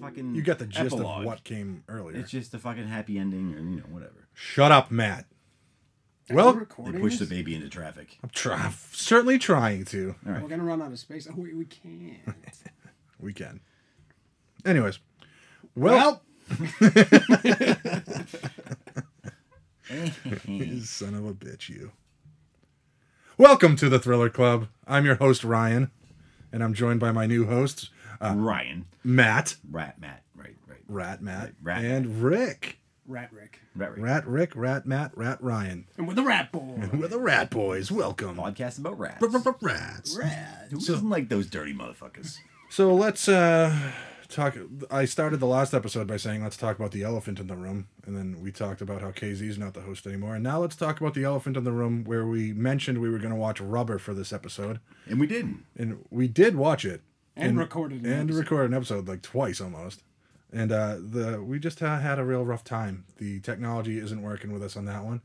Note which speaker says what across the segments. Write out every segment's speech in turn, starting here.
Speaker 1: fucking.
Speaker 2: You got the gist
Speaker 1: epilogue.
Speaker 2: of what came earlier.
Speaker 1: It's just a fucking happy ending, or you know, whatever.
Speaker 2: Shut up, Matt.
Speaker 3: Are
Speaker 2: Well-
Speaker 3: we
Speaker 1: They
Speaker 3: recording
Speaker 1: push the
Speaker 3: this?
Speaker 1: baby into traffic.
Speaker 2: I'm, try- I'm certainly trying to.
Speaker 3: We're gonna run out of space. Oh, wait, we can't.
Speaker 2: We can. Anyways, well,
Speaker 3: well,
Speaker 2: you son of a bitch, you. Welcome to the Thriller Club. I'm your host Ryan, and I'm joined by my new hosts
Speaker 1: Ryan,
Speaker 2: Matt,
Speaker 1: Rat, Matt, right, right,
Speaker 2: Rat Matt,
Speaker 1: Rat
Speaker 2: and Rick.
Speaker 3: Rat Rick.
Speaker 1: Rat, right.
Speaker 2: Rat Rick, Rat Matt, Rat Ryan.
Speaker 3: And we're the Rat Boy.
Speaker 2: We're the Rat Boys. Welcome.
Speaker 1: Podcast about rats.
Speaker 2: Rats.
Speaker 3: Rat.
Speaker 1: Who doesn't like those dirty motherfuckers?
Speaker 2: So let's uh talk I started the last episode by saying let's talk about the elephant in the room and then we talked about how KZ's not the host anymore and now let's talk about the elephant in the room where we mentioned we were going to watch Rubber for this episode
Speaker 1: And we didn't.
Speaker 2: and we did watch it
Speaker 3: And recorded an
Speaker 2: and
Speaker 3: episode.
Speaker 2: recorded an episode like twice almost and uh the we just uh, had a real rough time the technology isn't working with us on that one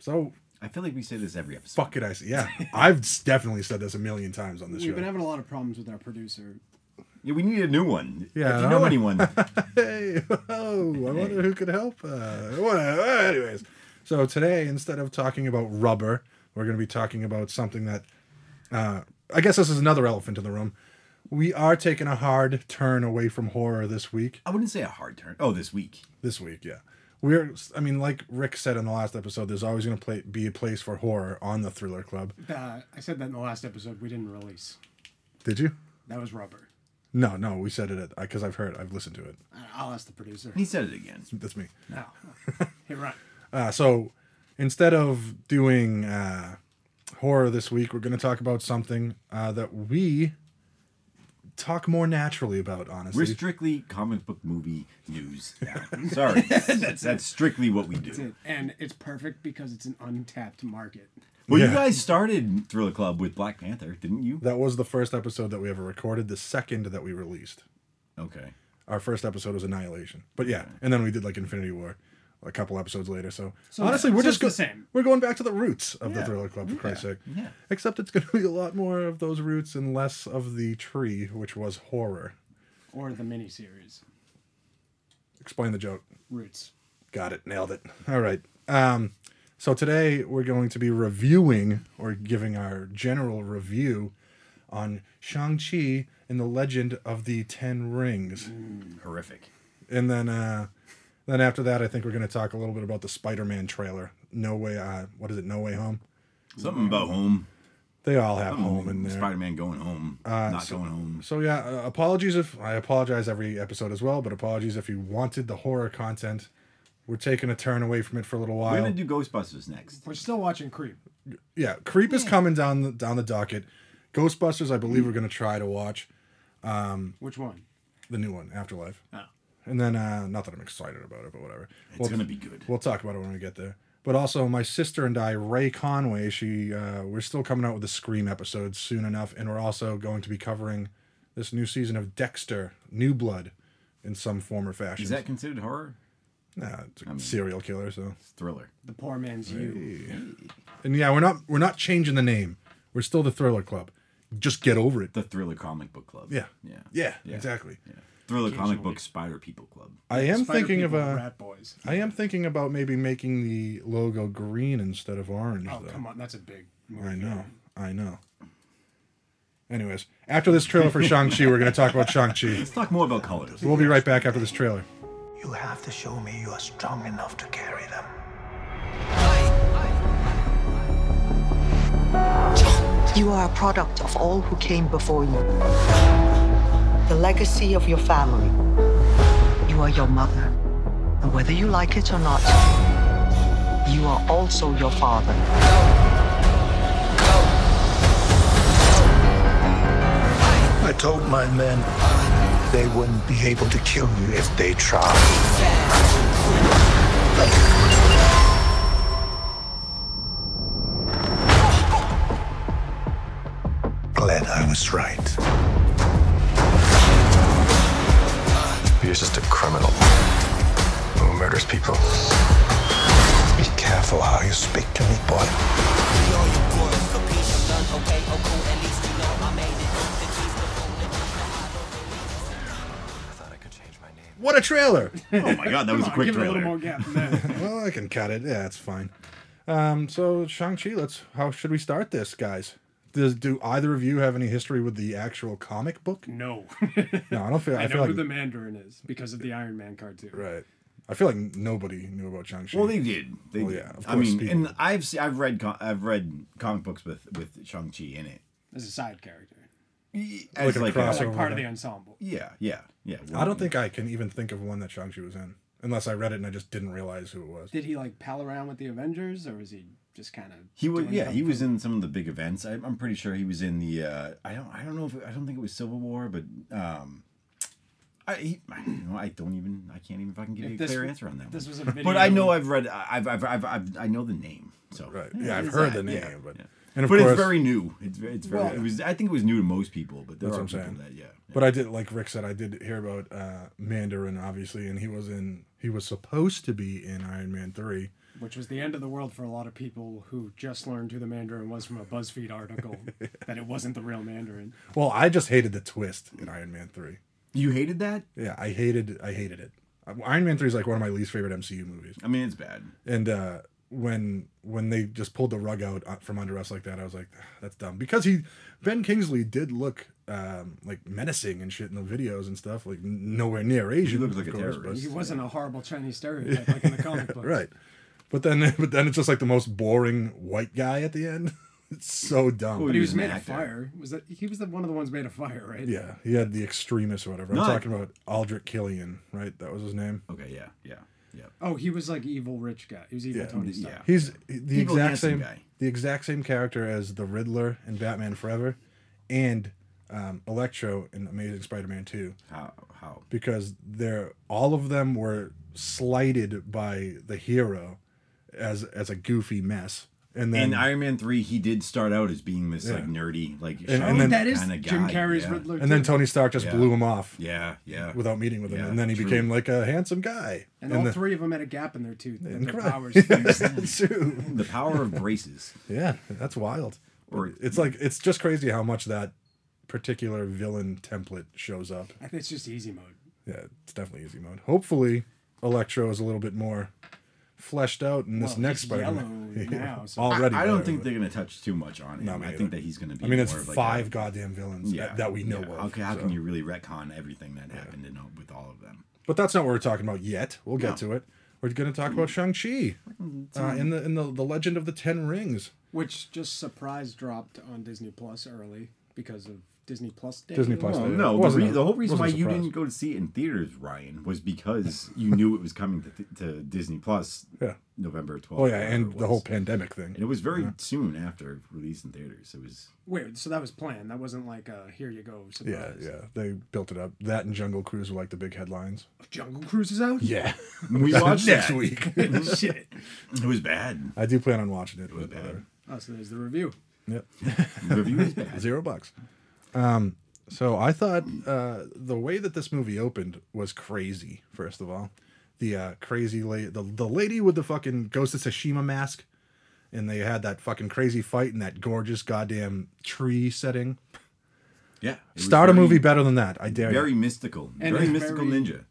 Speaker 2: so
Speaker 1: I feel like we say this every episode.
Speaker 2: fuck it I see yeah I've definitely said this a million times on this
Speaker 3: We've
Speaker 2: show
Speaker 3: been having a lot of problems with our producer.
Speaker 1: Yeah, we need a new one.
Speaker 2: Yeah,
Speaker 1: If
Speaker 2: I
Speaker 1: you know
Speaker 2: don't-
Speaker 1: anyone,
Speaker 2: hey, oh, I wonder who could help. Uh, whatever. Anyways, so today, instead of talking about rubber, we're going to be talking about something that uh, I guess this is another elephant in the room. We are taking a hard turn away from horror this week.
Speaker 1: I wouldn't say a hard turn. Oh, this week.
Speaker 2: This week, yeah. We're, I mean, like Rick said in the last episode, there's always going to be a place for horror on the Thriller Club.
Speaker 3: Uh, I said that in the last episode. We didn't release.
Speaker 2: Did you?
Speaker 3: That was rubber.
Speaker 2: No, no, we said it because I've heard, I've listened to it.
Speaker 3: I- I'll ask the producer.
Speaker 1: He said it again.
Speaker 2: That's me.
Speaker 3: No. hey, Rat.
Speaker 2: Uh, so instead of doing uh, horror this week, we're going to talk about something uh, that we talk more naturally about, honestly.
Speaker 1: We're strictly comic book movie news now. Sorry. that's, strictly what we
Speaker 3: That's
Speaker 1: do.
Speaker 3: it. And it's perfect because it's an untapped market.
Speaker 1: Well,
Speaker 2: Yeah.
Speaker 1: you guys started Thriller Club with Black Panther, didn't you?
Speaker 2: that was the first episode that we ever recorded, the second that we released.
Speaker 1: Okay.
Speaker 2: Our first episode was Annihilation. But yeah, and then we did like Infinity War a couple episodes later. So, honestly, we're
Speaker 3: so
Speaker 2: just
Speaker 3: it's the
Speaker 2: go-
Speaker 3: same.
Speaker 2: we're going back to the roots of the
Speaker 1: Yeah.
Speaker 2: Thriller Club for Christ's sake.
Speaker 1: Yeah.
Speaker 2: Except it's going to be a lot more of those roots and less of the tree, which was horror.
Speaker 3: Or the miniseries.
Speaker 2: Explain the joke.
Speaker 3: Roots.
Speaker 2: Got it. Nailed it. All right. Um, so today we're going to be reviewing or giving our general review on Shang-Chi and the Legend of the Ten Rings.
Speaker 1: Horrific.
Speaker 2: And then uh, then after that, I think we're going to talk a little bit about the Spider-Man trailer. No way. Uh, what is it? No Way Home.
Speaker 1: Something about home.
Speaker 2: They all have
Speaker 1: Something
Speaker 2: home in there. Uh,
Speaker 1: Spider Man going home. not going home.
Speaker 2: So yeah, uh, apologies if I apologize every episode as well, but apologies if you wanted the horror content. We're taking a turn away from it for a little
Speaker 1: We're
Speaker 2: while.
Speaker 1: going to do Ghostbusters next.
Speaker 3: We're still watching Creep.
Speaker 2: yeah, Creep is coming down the, down the docket. Ghostbusters, I believe we're gonna try to watch
Speaker 3: Which one?
Speaker 2: the new one, Afterlife,
Speaker 3: Oh.
Speaker 2: and then uh, not that I'm excited about it, but whatever.
Speaker 1: It's
Speaker 2: We'll,
Speaker 1: going to be good.
Speaker 2: we'll talk about it when we get there. But also, my sister and I, Ray Conway, she uh, we're still coming out with a Scream episode soon enough, and we're also going to be covering this new season of Dexter, New Blood, in some form or fashion.
Speaker 1: Is that considered horror?
Speaker 2: nah, it's a serial killer, so
Speaker 1: It's thriller.
Speaker 3: The poor man's you.
Speaker 2: and yeah, we're not we're not changing the name. We're still the Thriller Club. Just get over it.
Speaker 1: The Thriller Comic Book Club.
Speaker 2: Yeah.
Speaker 1: Yeah.
Speaker 2: Yeah,
Speaker 1: Yeah.
Speaker 2: exactly.
Speaker 1: Yeah. Thriller Comic Book Spider People Club.
Speaker 2: I am
Speaker 3: Spider
Speaker 2: thinking of uh,
Speaker 3: people,
Speaker 2: a.
Speaker 3: Rat Boys.
Speaker 2: I am thinking about maybe making the logo green instead of orange.
Speaker 3: Oh,
Speaker 2: though.
Speaker 3: come on. That's a big movie.
Speaker 2: I know. I know. Anyways, after this trailer for Shang Chi, we're going to talk about Shang Chi.
Speaker 1: Let's talk more about colors.
Speaker 2: We'll be right back after this trailer.
Speaker 4: You have to show me you are strong enough to carry them.
Speaker 5: You are a product of all who came before you. The legacy of your family. You are your mother. And whether you like it or not, you are also your father.
Speaker 4: I told my men they wouldn't be able to kill you if they tried. Glad I was right.
Speaker 6: You're just a criminal who murders people.
Speaker 4: Be careful how you speak to me, boy.
Speaker 6: I thought I could change my name.
Speaker 2: What a trailer!
Speaker 1: Oh my god, that was a
Speaker 3: Come on,
Speaker 1: quick
Speaker 3: give it a
Speaker 1: trailer.
Speaker 3: little more gap than that.
Speaker 2: well, I can cut it. Yeah, it's fine. Um, so Shang Chi, let's. How should we start this, guys? Does, do either of you have any history with the actual comic book?
Speaker 3: no.
Speaker 2: No, I don't feel. I,
Speaker 3: I, know
Speaker 2: feel
Speaker 3: who
Speaker 2: like
Speaker 3: the Mandarin is because of the Iron Man cartoon.
Speaker 2: right. I feel like nobody knew about Shang Chi.
Speaker 1: Well, they did. They
Speaker 2: Well,
Speaker 1: did.
Speaker 2: yeah, of
Speaker 1: I
Speaker 2: course,
Speaker 1: mean,
Speaker 2: people-
Speaker 1: and I've se- I've read com- I've read comic books with with Shang Chi in it.
Speaker 3: As a side character.
Speaker 1: Y- As
Speaker 2: a
Speaker 1: like, a-
Speaker 2: crossover.
Speaker 3: Like part of
Speaker 2: that.
Speaker 3: the ensemble.
Speaker 1: yeah, yeah, yeah.
Speaker 2: I don't think I can even think of one that Shang Chi was in, unless I read it and I just didn't realize who it was.
Speaker 3: Did he like pal around with the Avengers or was he just kind of
Speaker 1: he was. Yeah, he was in some of the big events. I, I'm pretty sure he was in the. Uh, I don't. I don't know if I don't think it was Civil War, but um, I he, I, you know, I don't even. I can't even fucking give you a
Speaker 3: this
Speaker 1: clear
Speaker 3: w-
Speaker 1: answer on that.
Speaker 3: this
Speaker 1: one.
Speaker 3: was a video
Speaker 1: But I know I've read. I've I've, I've I've I know the name. So
Speaker 2: Right. Yeah, I've
Speaker 1: it's
Speaker 2: heard
Speaker 1: that,
Speaker 2: the name,
Speaker 1: yeah,
Speaker 2: but
Speaker 1: yeah.
Speaker 2: and of
Speaker 1: but
Speaker 2: course,
Speaker 1: it's very new. It's it's very.
Speaker 3: Well-
Speaker 1: it was. I think it was new to most people, but there
Speaker 2: That's
Speaker 1: are
Speaker 2: what I'm
Speaker 1: people
Speaker 2: saying.
Speaker 1: that yeah. yeah.
Speaker 2: But I did, like Rick said, I did hear about uh, Mandarin, obviously, and he was in. He was supposed to be in Iron Man three.
Speaker 3: which was the end of the world for a lot of people who just learned who the Mandarin was from a BuzzFeed article that it wasn't the real Mandarin.
Speaker 2: Well, I just hated the twist in Iron Man three.
Speaker 1: you hated that.
Speaker 2: Yeah, I hated. I hated it. Uh, Iron Man three is like one of my least favorite MCU movies.
Speaker 1: I mean, it's bad.
Speaker 2: And uh, when when they just pulled the rug out uh, from under us like that, I was like, "Ah, that's dumb. Because he, Ben Kingsley did look um, like menacing and shit in the videos and stuff. Like n- nowhere near Asian.
Speaker 1: looked like
Speaker 2: of
Speaker 1: a
Speaker 2: but-
Speaker 1: terrorist.
Speaker 3: He wasn't a horrible Chinese stereotype like in the comic book.
Speaker 2: Right. But then but then it's just like the most boring white guy at the end. It's so dumb.
Speaker 1: Well,
Speaker 3: But he was
Speaker 1: an
Speaker 3: made of
Speaker 1: actor.
Speaker 3: fire. Was that he was the one of the ones made of fire, right?
Speaker 2: yeah, he had the extremists or whatever. I'm
Speaker 1: No, I-
Speaker 2: talking about Aldrich Killian, right? That was his name.
Speaker 1: Okay. Yeah. Yeah. Yeah.
Speaker 3: Oh, he was like evil rich guy. He was evil
Speaker 2: Yeah.
Speaker 3: Tony Stark.
Speaker 1: Yeah.
Speaker 2: He's the
Speaker 1: Evil
Speaker 2: exact
Speaker 1: handsome
Speaker 2: same
Speaker 1: guy.
Speaker 2: the exact same character as the Riddler in Batman Forever and um, Electro in Amazing Spider-Man 2
Speaker 1: How? How?
Speaker 2: because they're all of them were slighted by the hero as as a goofy mess. And then
Speaker 1: In Iron Man three, he did start out as being this like
Speaker 2: Yeah.
Speaker 1: nerdy, like and,
Speaker 2: and then-
Speaker 3: Oh, that is Jim Carrey's
Speaker 1: yeah.
Speaker 3: Riddler.
Speaker 2: and then
Speaker 3: too.
Speaker 2: Tony Stark just
Speaker 1: Yeah.
Speaker 2: blew him off.
Speaker 1: Yeah. Yeah.
Speaker 2: without meeting with him,
Speaker 1: Yeah,
Speaker 2: and then he
Speaker 1: true.
Speaker 2: became like a handsome guy.
Speaker 3: and all
Speaker 2: the-
Speaker 3: three of them had a gap in their tooth. And their
Speaker 2: Correct.
Speaker 3: powers.
Speaker 2: True.
Speaker 1: the power of braces.
Speaker 2: yeah, that's wild.
Speaker 1: Or
Speaker 2: It's like it's just crazy how much that particular villain template shows up.
Speaker 3: I think it's just easy mode.
Speaker 2: Yeah, it's definitely easy mode. Hopefully, Electro is a little bit more fleshed out in this
Speaker 3: Well,
Speaker 2: next
Speaker 3: he's
Speaker 2: Spider-Man.
Speaker 3: yellow now, so-
Speaker 2: Already,
Speaker 1: I, I don't
Speaker 2: better,
Speaker 1: think
Speaker 2: but-
Speaker 1: they're gonna touch too much on him.
Speaker 2: No, me
Speaker 1: I
Speaker 2: either.
Speaker 1: think that he's gonna be.
Speaker 2: I mean, it's
Speaker 1: more of like
Speaker 2: five
Speaker 1: A,
Speaker 2: goddamn villains that, that we know
Speaker 1: yeah.
Speaker 2: of.
Speaker 1: Okay, how
Speaker 2: so.
Speaker 1: can you really retcon everything that happened in, all- with all of them?
Speaker 2: But that's not what we're talking about yet. We'll get
Speaker 1: No. Mm.
Speaker 2: to it. We're going to talk about Shang Chi uh, in the in the, the Legend of the Ten Rings.
Speaker 3: Which just surprise dropped on Disney Plus early because of Disney Plus Day.
Speaker 2: Disney Plus.
Speaker 1: Well,
Speaker 2: Day.
Speaker 1: no, the,
Speaker 2: Wasn't
Speaker 1: re-
Speaker 2: a-
Speaker 1: the whole reason why
Speaker 2: wasn't a
Speaker 1: you
Speaker 2: surprise.
Speaker 1: didn't go to see it in theaters, Ryan, was because you knew it was coming to, th- to Disney Plus
Speaker 2: Yeah.
Speaker 1: November 12th.
Speaker 2: Oh yeah,
Speaker 1: whatever
Speaker 2: and
Speaker 1: it
Speaker 2: the
Speaker 1: was.
Speaker 2: whole pandemic
Speaker 1: And
Speaker 2: thing.
Speaker 1: it was very soon after release in theaters. It was
Speaker 3: Wait, so that was planned. That wasn't like a here you go
Speaker 2: Yeah,
Speaker 3: surprise.
Speaker 2: yeah. They built it up. That and Jungle Cruise were like the big headlines.
Speaker 3: Jungle Cruise is out.
Speaker 2: Yeah.
Speaker 1: we watched
Speaker 2: next
Speaker 1: that.
Speaker 2: week.
Speaker 1: Shit, it was bad.
Speaker 2: I do plan on watching it.
Speaker 1: was
Speaker 2: but, uh,
Speaker 1: bad.
Speaker 3: Oh, so there's the review.
Speaker 2: Yep.
Speaker 1: Review was bad.
Speaker 2: Zero bucks. Um so I thought uh the way that this movie opened was crazy, first of all. The uh crazy lady the, the lady with the fucking Ghost of Tsushima mask and they had that fucking crazy fight in that gorgeous goddamn tree setting.
Speaker 1: Yeah, it was
Speaker 2: Start a
Speaker 1: very-
Speaker 2: movie better than that. I dare you.
Speaker 1: Very mystical,
Speaker 3: And
Speaker 1: very
Speaker 3: it's
Speaker 1: mystical
Speaker 3: very-
Speaker 1: ninja.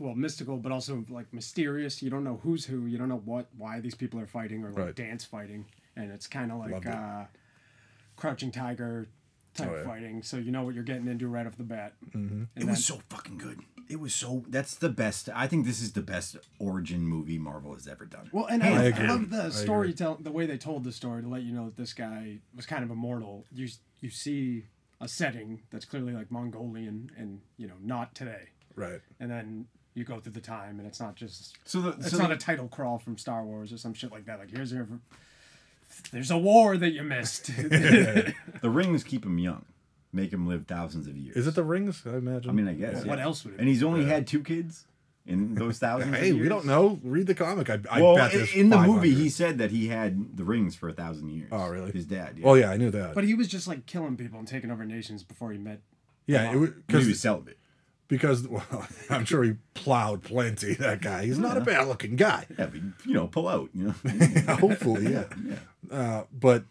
Speaker 3: Well, mystical, but also like mysterious. You don't know who's who. You don't know what, why these people are fighting or like
Speaker 2: Right.
Speaker 3: dance fighting, and it's kind of like
Speaker 2: Loved it.
Speaker 3: uh, Crouching Tiger type
Speaker 2: Oh, yeah. Mm.
Speaker 3: fighting. So you know what you're getting into right off the bat.
Speaker 1: It was so fucking good. It was so. That's the best. I think this is the best origin movie Marvel has ever done.
Speaker 3: Well, and
Speaker 2: I
Speaker 3: I,
Speaker 2: agree.
Speaker 3: love
Speaker 2: I
Speaker 3: the
Speaker 2: agree.
Speaker 3: storytelling, the way they told the story to let you know that this guy was kind of immortal. You you see a setting that's clearly like Mongolian and you know not today,
Speaker 2: Right.
Speaker 3: and then you go through the time, and it's not just
Speaker 1: so the,
Speaker 3: it's
Speaker 1: so
Speaker 3: not
Speaker 1: the-
Speaker 3: a title crawl from Star Wars or some shit like that. Like here's your there's a war that you missed.
Speaker 1: the rings keep him young, make him live thousands of years.
Speaker 2: Is it the rings? I imagine.
Speaker 1: I mean, I guess.
Speaker 3: What
Speaker 1: yeah.
Speaker 3: else would it
Speaker 1: And he's only had two kids in those thousands.
Speaker 2: Hey,
Speaker 1: of years.
Speaker 2: we don't know. Read the comic. I, I
Speaker 1: well,
Speaker 2: bet
Speaker 1: i-
Speaker 2: there's
Speaker 1: in the
Speaker 2: 500.
Speaker 1: movie, he said that he had the rings for a thousand years.
Speaker 2: Oh, really?
Speaker 1: His dad. Yeah.
Speaker 2: Well, yeah, I knew that.
Speaker 3: but he was just like killing people and taking over nations before he met.
Speaker 2: yeah, it was,
Speaker 1: But he was
Speaker 2: cause,
Speaker 1: celibate.
Speaker 2: because well, I'm sure he plowed plenty. That guy. He's not a bad looking guy.
Speaker 1: Yeah, but, you know, pull out. You know,
Speaker 2: Hopefully, yeah. Uh, but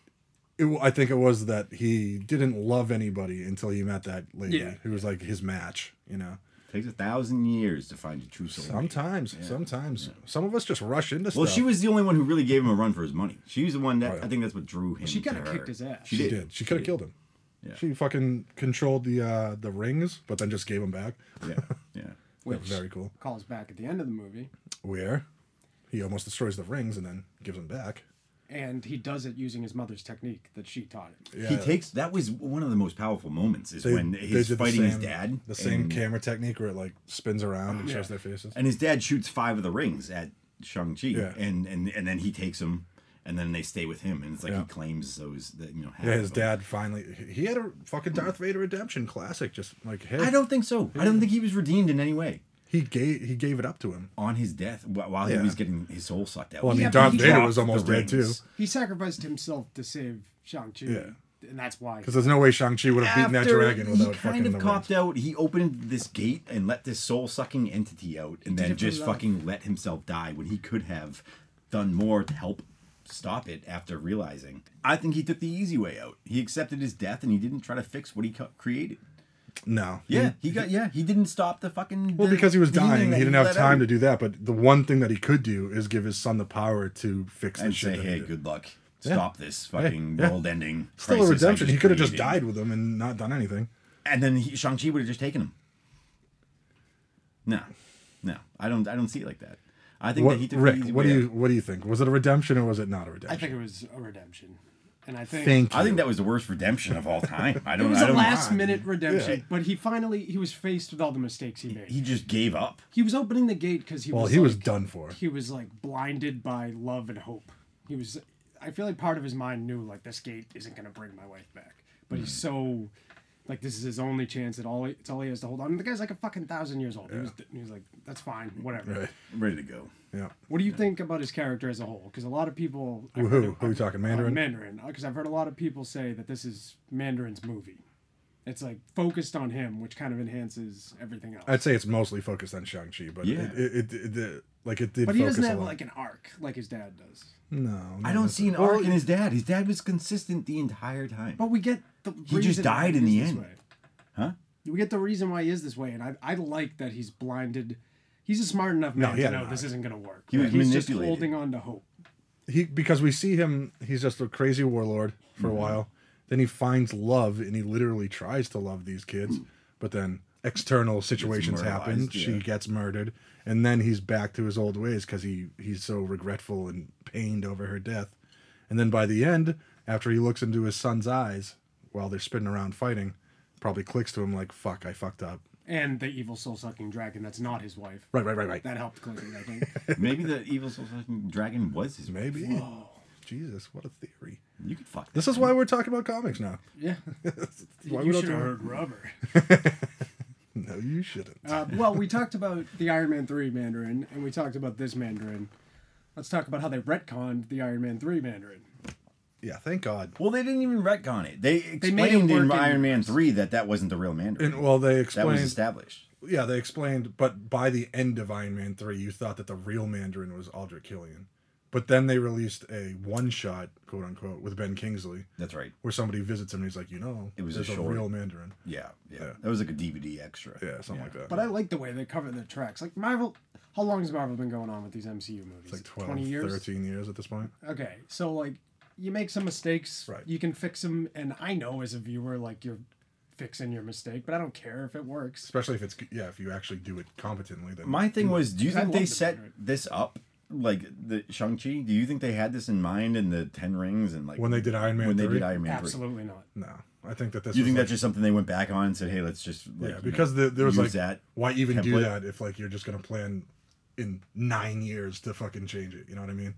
Speaker 2: it, wa- I think it was that he didn't love anybody until he met that lady
Speaker 3: Yeah.
Speaker 2: who was like his match. You know.
Speaker 1: takes a thousand years to find a true soulmate.
Speaker 2: Sometimes, sometimes, some of us just rush into
Speaker 1: Well,
Speaker 2: stuff.
Speaker 1: she was the only one who really gave him a run for his money. She was the one that I think that's what drew him.
Speaker 3: She
Speaker 1: kind
Speaker 3: kinda
Speaker 1: of
Speaker 3: kicked his ass.
Speaker 1: She,
Speaker 2: Oh,
Speaker 1: did.
Speaker 2: She did. She could have killed him.
Speaker 1: Yeah.
Speaker 2: She fucking controlled the uh, the rings, but then just gave them back.
Speaker 1: Yeah, yeah.
Speaker 3: which
Speaker 2: Very cool.
Speaker 3: calls back at the end of the movie,
Speaker 2: Where he almost destroys the rings and then gives them back.
Speaker 3: and he does it using his mother's technique that she taught him.
Speaker 1: He takes that was one of the most powerful moments is when
Speaker 2: They- they
Speaker 1: he's
Speaker 2: did the
Speaker 1: fighting his
Speaker 2: same-
Speaker 1: dad.
Speaker 2: The same
Speaker 1: and,
Speaker 2: camera technique where it like spins around and shows their faces.
Speaker 1: and his dad shoots five of the rings at Shang Chi,
Speaker 2: Yeah.
Speaker 1: and and and then he takes them, and then they stay with him, and it's like
Speaker 2: Yeah.
Speaker 1: he claims those that you know. half
Speaker 2: Yeah, his
Speaker 1: of them.
Speaker 2: dad finally he had a fucking Darth Vader redemption classic. Just like hey,
Speaker 1: I don't think so. I don't think he was redeemed in any way
Speaker 2: he gave he gave it up to him.
Speaker 1: on his death wh- while he
Speaker 2: Yeah.
Speaker 1: was getting his soul sucked out.
Speaker 2: Well, I
Speaker 1: He
Speaker 2: mean,
Speaker 3: Yeah, but
Speaker 2: Darth
Speaker 3: he
Speaker 2: Vader
Speaker 1: dropped
Speaker 2: was
Speaker 1: the
Speaker 2: almost dead too.
Speaker 1: rings.
Speaker 3: He sacrificed himself to save Shang Chi,
Speaker 2: Yeah.
Speaker 3: and that's why.
Speaker 2: Because there's no way Shang Chi would have beaten that
Speaker 1: After
Speaker 2: dragon without
Speaker 1: he kind
Speaker 2: fucking
Speaker 1: of
Speaker 2: the
Speaker 1: copped
Speaker 2: rings.
Speaker 1: out. He opened this gate and let this soul sucking entity out, and
Speaker 3: did
Speaker 1: then
Speaker 3: it for
Speaker 1: just
Speaker 3: love.
Speaker 1: fucking let himself die when he could have done more to help stop it. After realizing, I think he took the easy way out. He accepted his death, and he didn't try to fix what he co- created.
Speaker 2: No.
Speaker 1: Yeah, he got. Yeah, he didn't stop the fucking.
Speaker 2: Well,
Speaker 1: the
Speaker 2: because he was
Speaker 1: demon
Speaker 2: dying,
Speaker 1: that
Speaker 2: he didn't have
Speaker 1: let
Speaker 2: time to
Speaker 1: out.
Speaker 2: do that. But the one thing that he could do is give his son the power to fix the
Speaker 1: And
Speaker 2: shit.
Speaker 1: say,
Speaker 2: that he
Speaker 1: "Hey,
Speaker 2: did."
Speaker 1: good luck. Stop this fucking
Speaker 2: yeah.
Speaker 1: world-ending."
Speaker 2: Still
Speaker 1: crisis
Speaker 2: a
Speaker 1: I
Speaker 2: redemption. He could have just
Speaker 1: created."
Speaker 2: died with him and not done anything.
Speaker 1: and then he, Shang-Chi would have just taken him. No, no, I don't. I don't see it like that. I think
Speaker 2: What,
Speaker 1: that he took the
Speaker 2: Rick,
Speaker 1: easy
Speaker 2: what do
Speaker 1: way
Speaker 2: you
Speaker 1: out.
Speaker 2: what do you think? Was it a redemption or was it not a
Speaker 3: I
Speaker 2: redemption?
Speaker 3: think it was a redemption, and I think
Speaker 2: Thank you.
Speaker 1: I think that was the worst redemption of all time. I
Speaker 3: it
Speaker 1: don't.
Speaker 3: was
Speaker 1: I
Speaker 3: a
Speaker 1: don't.
Speaker 3: last
Speaker 2: mind.
Speaker 3: minute redemption. But he finally he was faced with all the mistakes he made.
Speaker 1: he just gave up.
Speaker 3: He was opening the gate because he
Speaker 2: well,
Speaker 3: was
Speaker 2: he was
Speaker 3: like-
Speaker 2: done for.
Speaker 3: He was like blinded by love and hope. He was I feel like part of his mind knew like this gate isn't gonna bring my wife back. But he's so like this is his only chance and all he- it's all he has to hold on. The guy's like a fucking thousand years old. He was he was like, That's fine, whatever.
Speaker 2: Right.
Speaker 1: Ready to go.
Speaker 2: Yeah.
Speaker 3: What do you think about his character as a whole? Because a lot of people I've
Speaker 2: Who?
Speaker 3: heard-
Speaker 2: Who are we talking?
Speaker 3: uh,
Speaker 2: Mandarin.
Speaker 3: Mandarin, because I've heard a lot of people say that this is Mandarin's movie. It's like focused on him, which kind of enhances everything else.
Speaker 2: I'd say it's mostly focused on Shang Chi, but
Speaker 1: Yeah.
Speaker 2: it, it, it, it, it- like it did.
Speaker 3: but he
Speaker 2: focus
Speaker 3: doesn't
Speaker 2: a
Speaker 3: have
Speaker 2: lot.
Speaker 3: like an arc like his dad does.
Speaker 2: no.
Speaker 1: I
Speaker 2: no.
Speaker 1: don't see an arc in his dad. His dad was consistent the entire time.
Speaker 3: But we get the
Speaker 1: He just
Speaker 3: reason why
Speaker 1: died
Speaker 3: he
Speaker 1: in
Speaker 3: is
Speaker 1: the
Speaker 3: this
Speaker 1: end.
Speaker 3: way. We get the reason why he is this way, and I, I like that he's blinded. He's a smart enough
Speaker 2: he
Speaker 3: man to
Speaker 2: had
Speaker 3: know
Speaker 2: an
Speaker 3: this
Speaker 2: eye.
Speaker 3: isn't going to work.
Speaker 1: He was
Speaker 3: he's just
Speaker 1: manipulated.
Speaker 3: holding on to hope.
Speaker 2: he because we see him he's just a crazy warlord for a while then he finds love and he literally tries to love these kids but then external situations happen
Speaker 1: murderized,
Speaker 2: she
Speaker 1: yeah.
Speaker 2: gets murdered and then he's back to his old ways because he he's so regretful and pained over her death and then by the end after he looks into his son's eyes while they're spinning around fighting probably clicks to him like fuck i fucked up
Speaker 3: And the evil soul sucking dragon that's not his wife.
Speaker 2: right right right right
Speaker 3: That helped click it, I think.
Speaker 1: Maybe the evil soul sucking dragon was his.
Speaker 2: maybe jesus what a theory
Speaker 1: You could fuck.
Speaker 2: this is why we're talking about comics now
Speaker 3: yeah.
Speaker 2: Why would
Speaker 3: you
Speaker 2: I
Speaker 3: should have
Speaker 2: do it?
Speaker 3: heard rubber.
Speaker 2: no you shouldn't
Speaker 3: Uh, well, we talked about the Iron Man 3 Mandarin, and we talked about this Mandarin. Let's talk about how they retconned the Iron Man 3 Mandarin.
Speaker 2: yeah thank god
Speaker 1: Well, they didn't even retcon it. They explained
Speaker 3: made him
Speaker 1: in
Speaker 3: work in-
Speaker 1: Iron Man three that that wasn't the real Mandarin.
Speaker 2: And well, they
Speaker 1: that was
Speaker 2: explained.
Speaker 1: established.
Speaker 2: yeah, they explained. But by the end of Iron Man three, you thought that the real Mandarin was Aldrich Killian, but then they released a one shot, quote unquote, with Ben Kingsley,
Speaker 1: That's right.
Speaker 2: where somebody visits him and he's like, you know,
Speaker 1: It was a
Speaker 2: there's a,
Speaker 1: short.
Speaker 2: real Mandarin.
Speaker 1: Yeah, yeah,
Speaker 2: Yeah.
Speaker 1: That was like a DVD extra.
Speaker 2: Yeah, something like that.
Speaker 3: But I like the way they cover their tracks. Like, Marvel, how long has Marvel been going on with these MCU movies?
Speaker 2: it's like 12, 13 years at this point.
Speaker 3: Okay, so like you make some mistakes,
Speaker 2: Right.
Speaker 3: you can fix them, and I know as a viewer, like you're fixing your mistake, but I don't care if it works.
Speaker 2: Especially if it's yeah, if you actually do it competently, then
Speaker 1: My thing was, do you
Speaker 3: Mm. Because I
Speaker 1: think they
Speaker 3: love the
Speaker 1: set
Speaker 3: Mandarin.
Speaker 1: this up like the Shang Chi? Do you think they had this in mind in the Ten Rings and like
Speaker 2: When they did Iron Man
Speaker 1: When they
Speaker 2: 3?
Speaker 1: did Iron Man three,
Speaker 3: Absolutely not.
Speaker 2: no, I think that this.
Speaker 1: do you
Speaker 2: was
Speaker 1: think
Speaker 2: like,
Speaker 1: that's just something they went back on and said, hey, let's just like,
Speaker 2: yeah,
Speaker 1: you
Speaker 2: because
Speaker 1: know,
Speaker 2: the, there was
Speaker 1: use
Speaker 2: like
Speaker 1: that.
Speaker 2: why even do
Speaker 1: template?
Speaker 2: that if like you're just gonna plan in nine years to fucking change it? You know what I mean?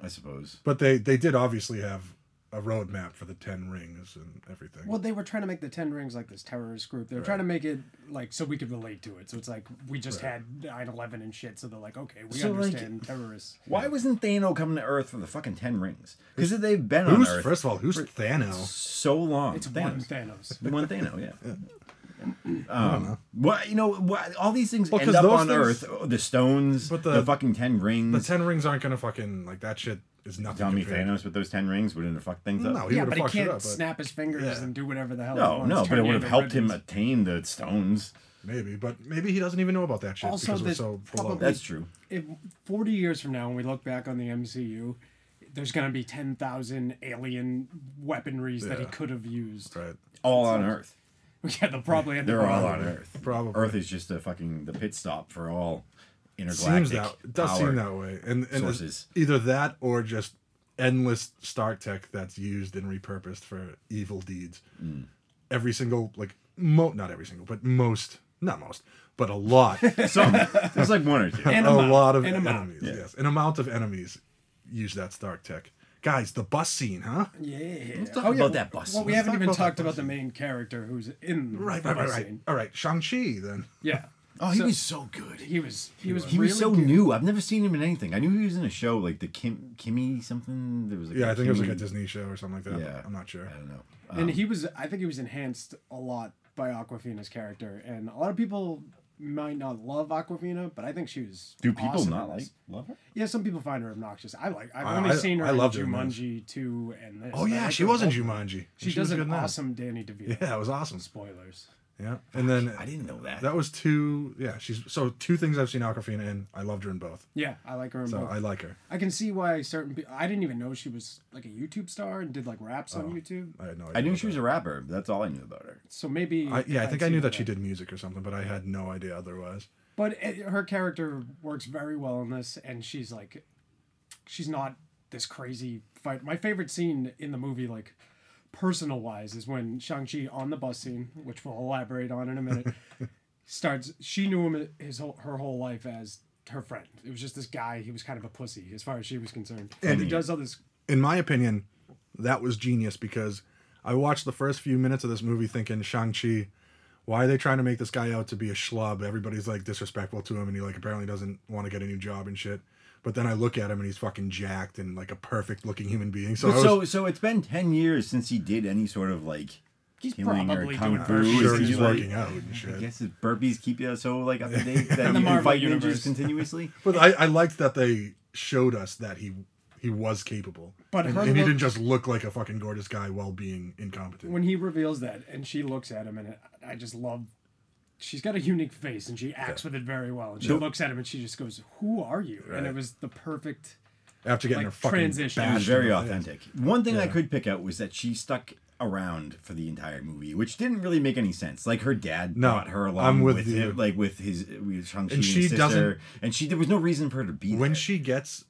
Speaker 1: I suppose.
Speaker 2: But they they did obviously have a roadmap for the ten rings and everything.
Speaker 3: Well, they were trying to make the Ten Rings like this terrorist group. They were trying to make it like so we could relate to it. So it's like we just had 9 11 and shit. So they're like, okay, we
Speaker 1: So, like-
Speaker 3: understand terrorists.
Speaker 1: Why wasn't Thanos coming to Earth for the fucking Ten Rings? Because they've been on
Speaker 2: who's
Speaker 1: Earth
Speaker 2: first of all? Who's Thanos?
Speaker 1: so long.
Speaker 3: It's
Speaker 1: Thanos.
Speaker 3: one Thanos.
Speaker 1: One Thanos, yeah. Um, what you know? What all these things
Speaker 2: Well,
Speaker 1: end
Speaker 2: 'cause
Speaker 1: up
Speaker 2: those
Speaker 1: on Earth?
Speaker 2: things-
Speaker 1: oh, The stones,
Speaker 2: But
Speaker 1: the,
Speaker 2: the-
Speaker 1: fucking ten
Speaker 2: The
Speaker 1: rings.
Speaker 2: ten rings aren't gonna fucking like that shit is nothing.
Speaker 1: Tell me
Speaker 2: compared-
Speaker 1: Thanos with those ten rings wouldn't have fucked things
Speaker 2: No,
Speaker 1: up.
Speaker 2: he
Speaker 3: yeah,
Speaker 2: would have
Speaker 3: but he
Speaker 2: fucked it
Speaker 3: can't
Speaker 2: up. But
Speaker 3: snap his fingers
Speaker 2: Yeah.
Speaker 3: and do whatever the hell. he
Speaker 1: No,
Speaker 3: wants,
Speaker 1: no, but
Speaker 3: turn
Speaker 1: it
Speaker 3: you
Speaker 1: would have
Speaker 3: into
Speaker 1: helped him
Speaker 3: ribbons.
Speaker 1: attain the stones.
Speaker 2: Maybe, but maybe he doesn't even know about that shit
Speaker 3: Also,
Speaker 2: because it was
Speaker 3: there's
Speaker 2: so
Speaker 3: probably-
Speaker 2: beloved.
Speaker 1: That's true.
Speaker 3: if 40 years from now when we look back on the MCU there's going to be 10,000 alien weaponries that he
Speaker 2: Yeah.
Speaker 3: could have used.
Speaker 2: Right.
Speaker 1: All on Earth.
Speaker 3: Yeah, they'll probably end
Speaker 1: They're
Speaker 3: up
Speaker 1: all on Earth.
Speaker 2: Probably.
Speaker 1: Earth is just a fucking the pit stop for all intergalactic
Speaker 2: Seems that it does
Speaker 1: power.
Speaker 2: seem that way, and and it's
Speaker 1: sources.
Speaker 2: either that or just endless Stark tech that's used and repurposed for evil deeds. Every single like mo not every single, but most not most, but a lot,
Speaker 1: Some. There's like one or two.
Speaker 3: An
Speaker 2: a
Speaker 3: amount,
Speaker 2: lot of
Speaker 3: an amount.
Speaker 2: enemies. Yes, an amount of enemies use that Stark tech. Guys, the bus scene, huh?
Speaker 3: Yeah.
Speaker 1: Let's talk about that bus.
Speaker 3: Well, we
Speaker 2: Let's
Speaker 3: haven't
Speaker 2: talk
Speaker 3: even
Speaker 2: about that
Speaker 3: talked
Speaker 2: bus
Speaker 3: about the main character who's in
Speaker 2: Right,
Speaker 3: the
Speaker 2: right, right,
Speaker 3: bus
Speaker 2: right.
Speaker 3: scene.
Speaker 2: All right, Shang Chi then.
Speaker 3: Yeah.
Speaker 1: Oh, he
Speaker 3: So-
Speaker 1: was so good. He,
Speaker 3: He was he was
Speaker 1: he
Speaker 3: really
Speaker 1: was so
Speaker 3: good.
Speaker 1: new. I've never seen him in anything. I knew he was in a show like the Kim Kimmy something. There was like
Speaker 2: Yeah, I think it was like a
Speaker 1: Kimmy-
Speaker 2: Disney show or something like that.
Speaker 1: Yeah.
Speaker 2: I'm not sure.
Speaker 1: I don't know.
Speaker 3: and he was I think he was enhanced a lot by Aquafina's character and a lot of people might not love Aquafina, but I think she was
Speaker 1: Do people
Speaker 3: awesome
Speaker 1: not
Speaker 3: in
Speaker 1: like
Speaker 3: this.
Speaker 1: love her?
Speaker 3: Yeah, some people find her obnoxious. I like. I've
Speaker 2: I-
Speaker 3: only
Speaker 2: I-
Speaker 3: seen her
Speaker 2: I
Speaker 3: in
Speaker 2: loved her in this.
Speaker 3: Jumanji two and this.
Speaker 2: Oh
Speaker 3: I
Speaker 2: yeah,
Speaker 3: like
Speaker 2: she
Speaker 3: her
Speaker 2: was in
Speaker 3: both.
Speaker 2: Jumanji.
Speaker 3: She,
Speaker 2: was
Speaker 3: does
Speaker 2: good
Speaker 3: an
Speaker 2: in that.
Speaker 3: awesome Danny DeVito.
Speaker 2: Yeah, it was awesome.
Speaker 3: Spoilers.
Speaker 2: Yeah, and then
Speaker 1: I didn't know that.
Speaker 2: That was two. Yeah, she's so two things I've seen Aquafina in. I loved her in both,
Speaker 3: Yeah, I like her. In
Speaker 2: so
Speaker 1: Mm-hmm.
Speaker 3: both.
Speaker 2: I like her.
Speaker 3: I can see why certain. Pe- I didn't even know she was like a YouTube star and did like raps
Speaker 2: Oh.
Speaker 3: on YouTube.
Speaker 2: I had no idea.
Speaker 1: I knew
Speaker 2: about
Speaker 1: she was
Speaker 2: that.
Speaker 1: a rapper. That's all I knew about her.
Speaker 3: So maybe.
Speaker 2: I, yeah, I
Speaker 3: I'd
Speaker 2: think I
Speaker 3: see
Speaker 2: knew
Speaker 3: her
Speaker 2: that she
Speaker 3: there.
Speaker 2: did music or something, but I had no idea otherwise.
Speaker 3: But it, her character works very well in this, and she's like, she's not this crazy fight. My favorite scene in the movie, like personal wise, is when Shang Chi on the bus scene, which we'll elaborate on in a minute, starts. She knew him his whole her whole life as her friend. It was just this guy. He was kind of a pussy as far as she was concerned, and he does all this.
Speaker 2: In my opinion, that was genius because I watched the first few minutes of this movie thinking Shang Chi. Why are they trying to make this guy out to be a schlub? Everybody's like disrespectful to him, and he like apparently doesn't want to get a new job and shit. But then I look at him and he's fucking jacked and like a perfect looking human being. So I
Speaker 1: But
Speaker 2: was,
Speaker 1: so so it's been ten years since he did any sort of like
Speaker 3: He's
Speaker 1: killing or
Speaker 3: probably
Speaker 1: kung
Speaker 3: doing
Speaker 1: fu.
Speaker 2: I'm
Speaker 1: Is
Speaker 2: sure
Speaker 1: he,
Speaker 2: he's
Speaker 1: like-
Speaker 2: working out and shit.
Speaker 1: I guess his burpees keep you so like up to date that
Speaker 3: the
Speaker 1: you can
Speaker 3: Marvel
Speaker 1: fight
Speaker 3: universe.
Speaker 1: ninjas continuously.
Speaker 2: But I, I liked that they showed us that he he was capable.
Speaker 3: But
Speaker 2: and,
Speaker 3: her
Speaker 2: and he
Speaker 3: look-
Speaker 2: didn't just look like a fucking gorgeous guy while being incompetent.
Speaker 3: when he reveals that and she looks at him and it, i just love she's got a unique face and she acts with it very well and she looks at him and she just goes who are you and it
Speaker 2: Right.
Speaker 3: was the perfect
Speaker 2: After getting
Speaker 3: like,
Speaker 2: her fucking
Speaker 3: transition. It
Speaker 1: It
Speaker 3: was
Speaker 1: was
Speaker 2: bashed
Speaker 1: very
Speaker 2: in the face.
Speaker 1: authentic. One thing I could pick out was that she stuck around for the entire movie, which didn't really make any sense. Like her dad
Speaker 2: No,
Speaker 1: brought her along
Speaker 2: I'm with
Speaker 1: with,
Speaker 2: you.
Speaker 1: him, like with his with Shang Chi and,
Speaker 2: she
Speaker 1: his sister,
Speaker 2: doesn't-
Speaker 1: and she there was no reason for her to be
Speaker 2: When
Speaker 1: there.
Speaker 2: she gets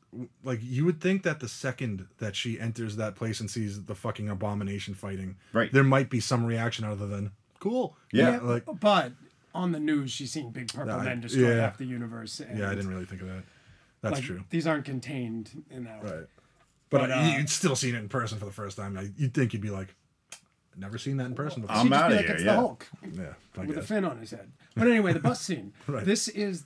Speaker 2: like you would think that the second that she enters that place and sees the fucking abomination fighting,
Speaker 1: Right.
Speaker 2: There might be some reaction other than cool.
Speaker 1: Yeah.
Speaker 2: Like
Speaker 3: but on the news she's seen big purple
Speaker 2: Nah,
Speaker 3: men destroy
Speaker 2: yeah.
Speaker 3: half the universe and
Speaker 2: yeah, I didn't really think of that. That's
Speaker 3: like,
Speaker 2: true.
Speaker 3: these aren't contained in that way.
Speaker 2: Right. But,
Speaker 3: But,
Speaker 2: uh,
Speaker 3: uh,
Speaker 2: you'd still seen it in person for the first time. I- You'd think you'd be like, never seen that in person before.
Speaker 1: I'm
Speaker 3: She'd just
Speaker 1: outta
Speaker 3: be like,
Speaker 1: here,
Speaker 3: it's
Speaker 1: yeah.
Speaker 3: the hulk
Speaker 2: yeah. I
Speaker 3: with a
Speaker 2: guess.
Speaker 3: fin on his head. But anyway, the bus scene.
Speaker 2: Right.
Speaker 3: This is,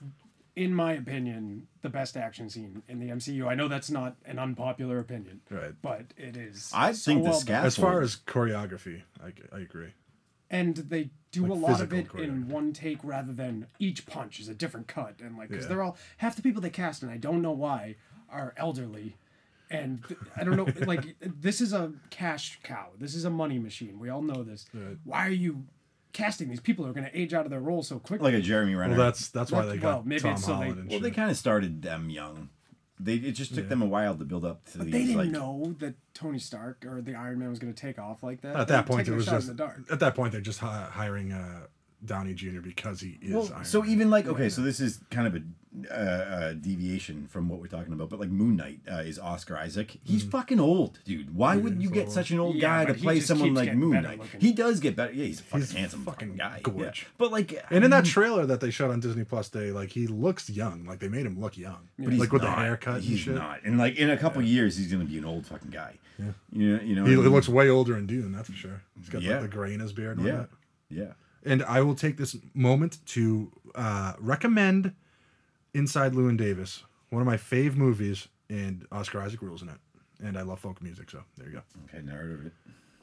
Speaker 3: in my opinion, the best action scene in the MCU. I know that's not an unpopular opinion,
Speaker 2: Right.
Speaker 3: But it is.
Speaker 1: I
Speaker 3: so
Speaker 1: think the
Speaker 3: well
Speaker 1: scaffold-
Speaker 3: done.
Speaker 2: As far as choreography, I, I agree.
Speaker 3: and they do a lot of
Speaker 2: physical
Speaker 3: it in
Speaker 2: choreography.
Speaker 3: one take rather than each punch is a different cut and like because
Speaker 2: Yeah.
Speaker 3: they're all half the people they cast and I don't know why are elderly. And th- I don't know, like this is a cash cow. This is a money machine. We all know this. Why are you casting these people who are going to age out of their role so quickly?
Speaker 1: like a Jeremy Renner.
Speaker 2: Well, that's that's why
Speaker 3: Like,
Speaker 2: they got
Speaker 3: well, maybe
Speaker 2: Tom
Speaker 3: it's so they-
Speaker 2: Holland and
Speaker 1: Well,
Speaker 2: shit.
Speaker 1: they kind of started them young. They it just took them a while to build up to these.
Speaker 3: They didn't
Speaker 1: like,
Speaker 3: know that Tony Stark or the Iron Man was going to take off like that.
Speaker 2: at
Speaker 3: They were
Speaker 2: that point,
Speaker 3: taking
Speaker 2: it
Speaker 3: a
Speaker 2: was
Speaker 3: shot
Speaker 2: just
Speaker 3: in the dark.
Speaker 2: at that point they're just hi- hiring uh, Downey Jr. because he is
Speaker 1: Well,
Speaker 2: Iron
Speaker 1: so
Speaker 2: Man.
Speaker 1: even like okay, so this is kind of a uh, uh, deviation from what we're talking about, but like Moon Knight uh, is Oscar Isaac. He's
Speaker 2: Mm-hmm.
Speaker 1: fucking old, dude. Why would you get such an old
Speaker 3: Yeah,
Speaker 1: guy
Speaker 3: but
Speaker 1: to
Speaker 3: he
Speaker 1: play
Speaker 3: just
Speaker 1: someone
Speaker 3: keeps
Speaker 1: like
Speaker 3: getting
Speaker 1: Moon
Speaker 3: better
Speaker 1: Knight?
Speaker 3: looking.
Speaker 1: He does get better. Yeah, he's a fucking
Speaker 2: He's
Speaker 1: handsome fucking
Speaker 2: fucking
Speaker 1: guy.
Speaker 2: gorge.
Speaker 1: Yeah. But like,
Speaker 2: and in that trailer that they shot on Disney Plus, they like he looks young. Like they made him look young,
Speaker 1: but he's
Speaker 2: like with
Speaker 1: not.
Speaker 2: the haircut
Speaker 1: he's
Speaker 2: and shit.
Speaker 1: not. And like in a couple years, he's gonna be an old fucking guy. Yeah, you know, you know.
Speaker 2: He, he
Speaker 1: what I mean?
Speaker 2: looks way older in Dune, that's for sure. He's got
Speaker 1: Yeah.
Speaker 2: like, the gray in his beard. And
Speaker 1: Yeah,
Speaker 2: whatnot.
Speaker 1: yeah.
Speaker 2: and I will take this moment to uh, recommend Inside Llewyn Davis, one of my fave movies, and Oscar Isaac rules in it. And I love folk music, so there you go.
Speaker 1: Okay, never heard of it.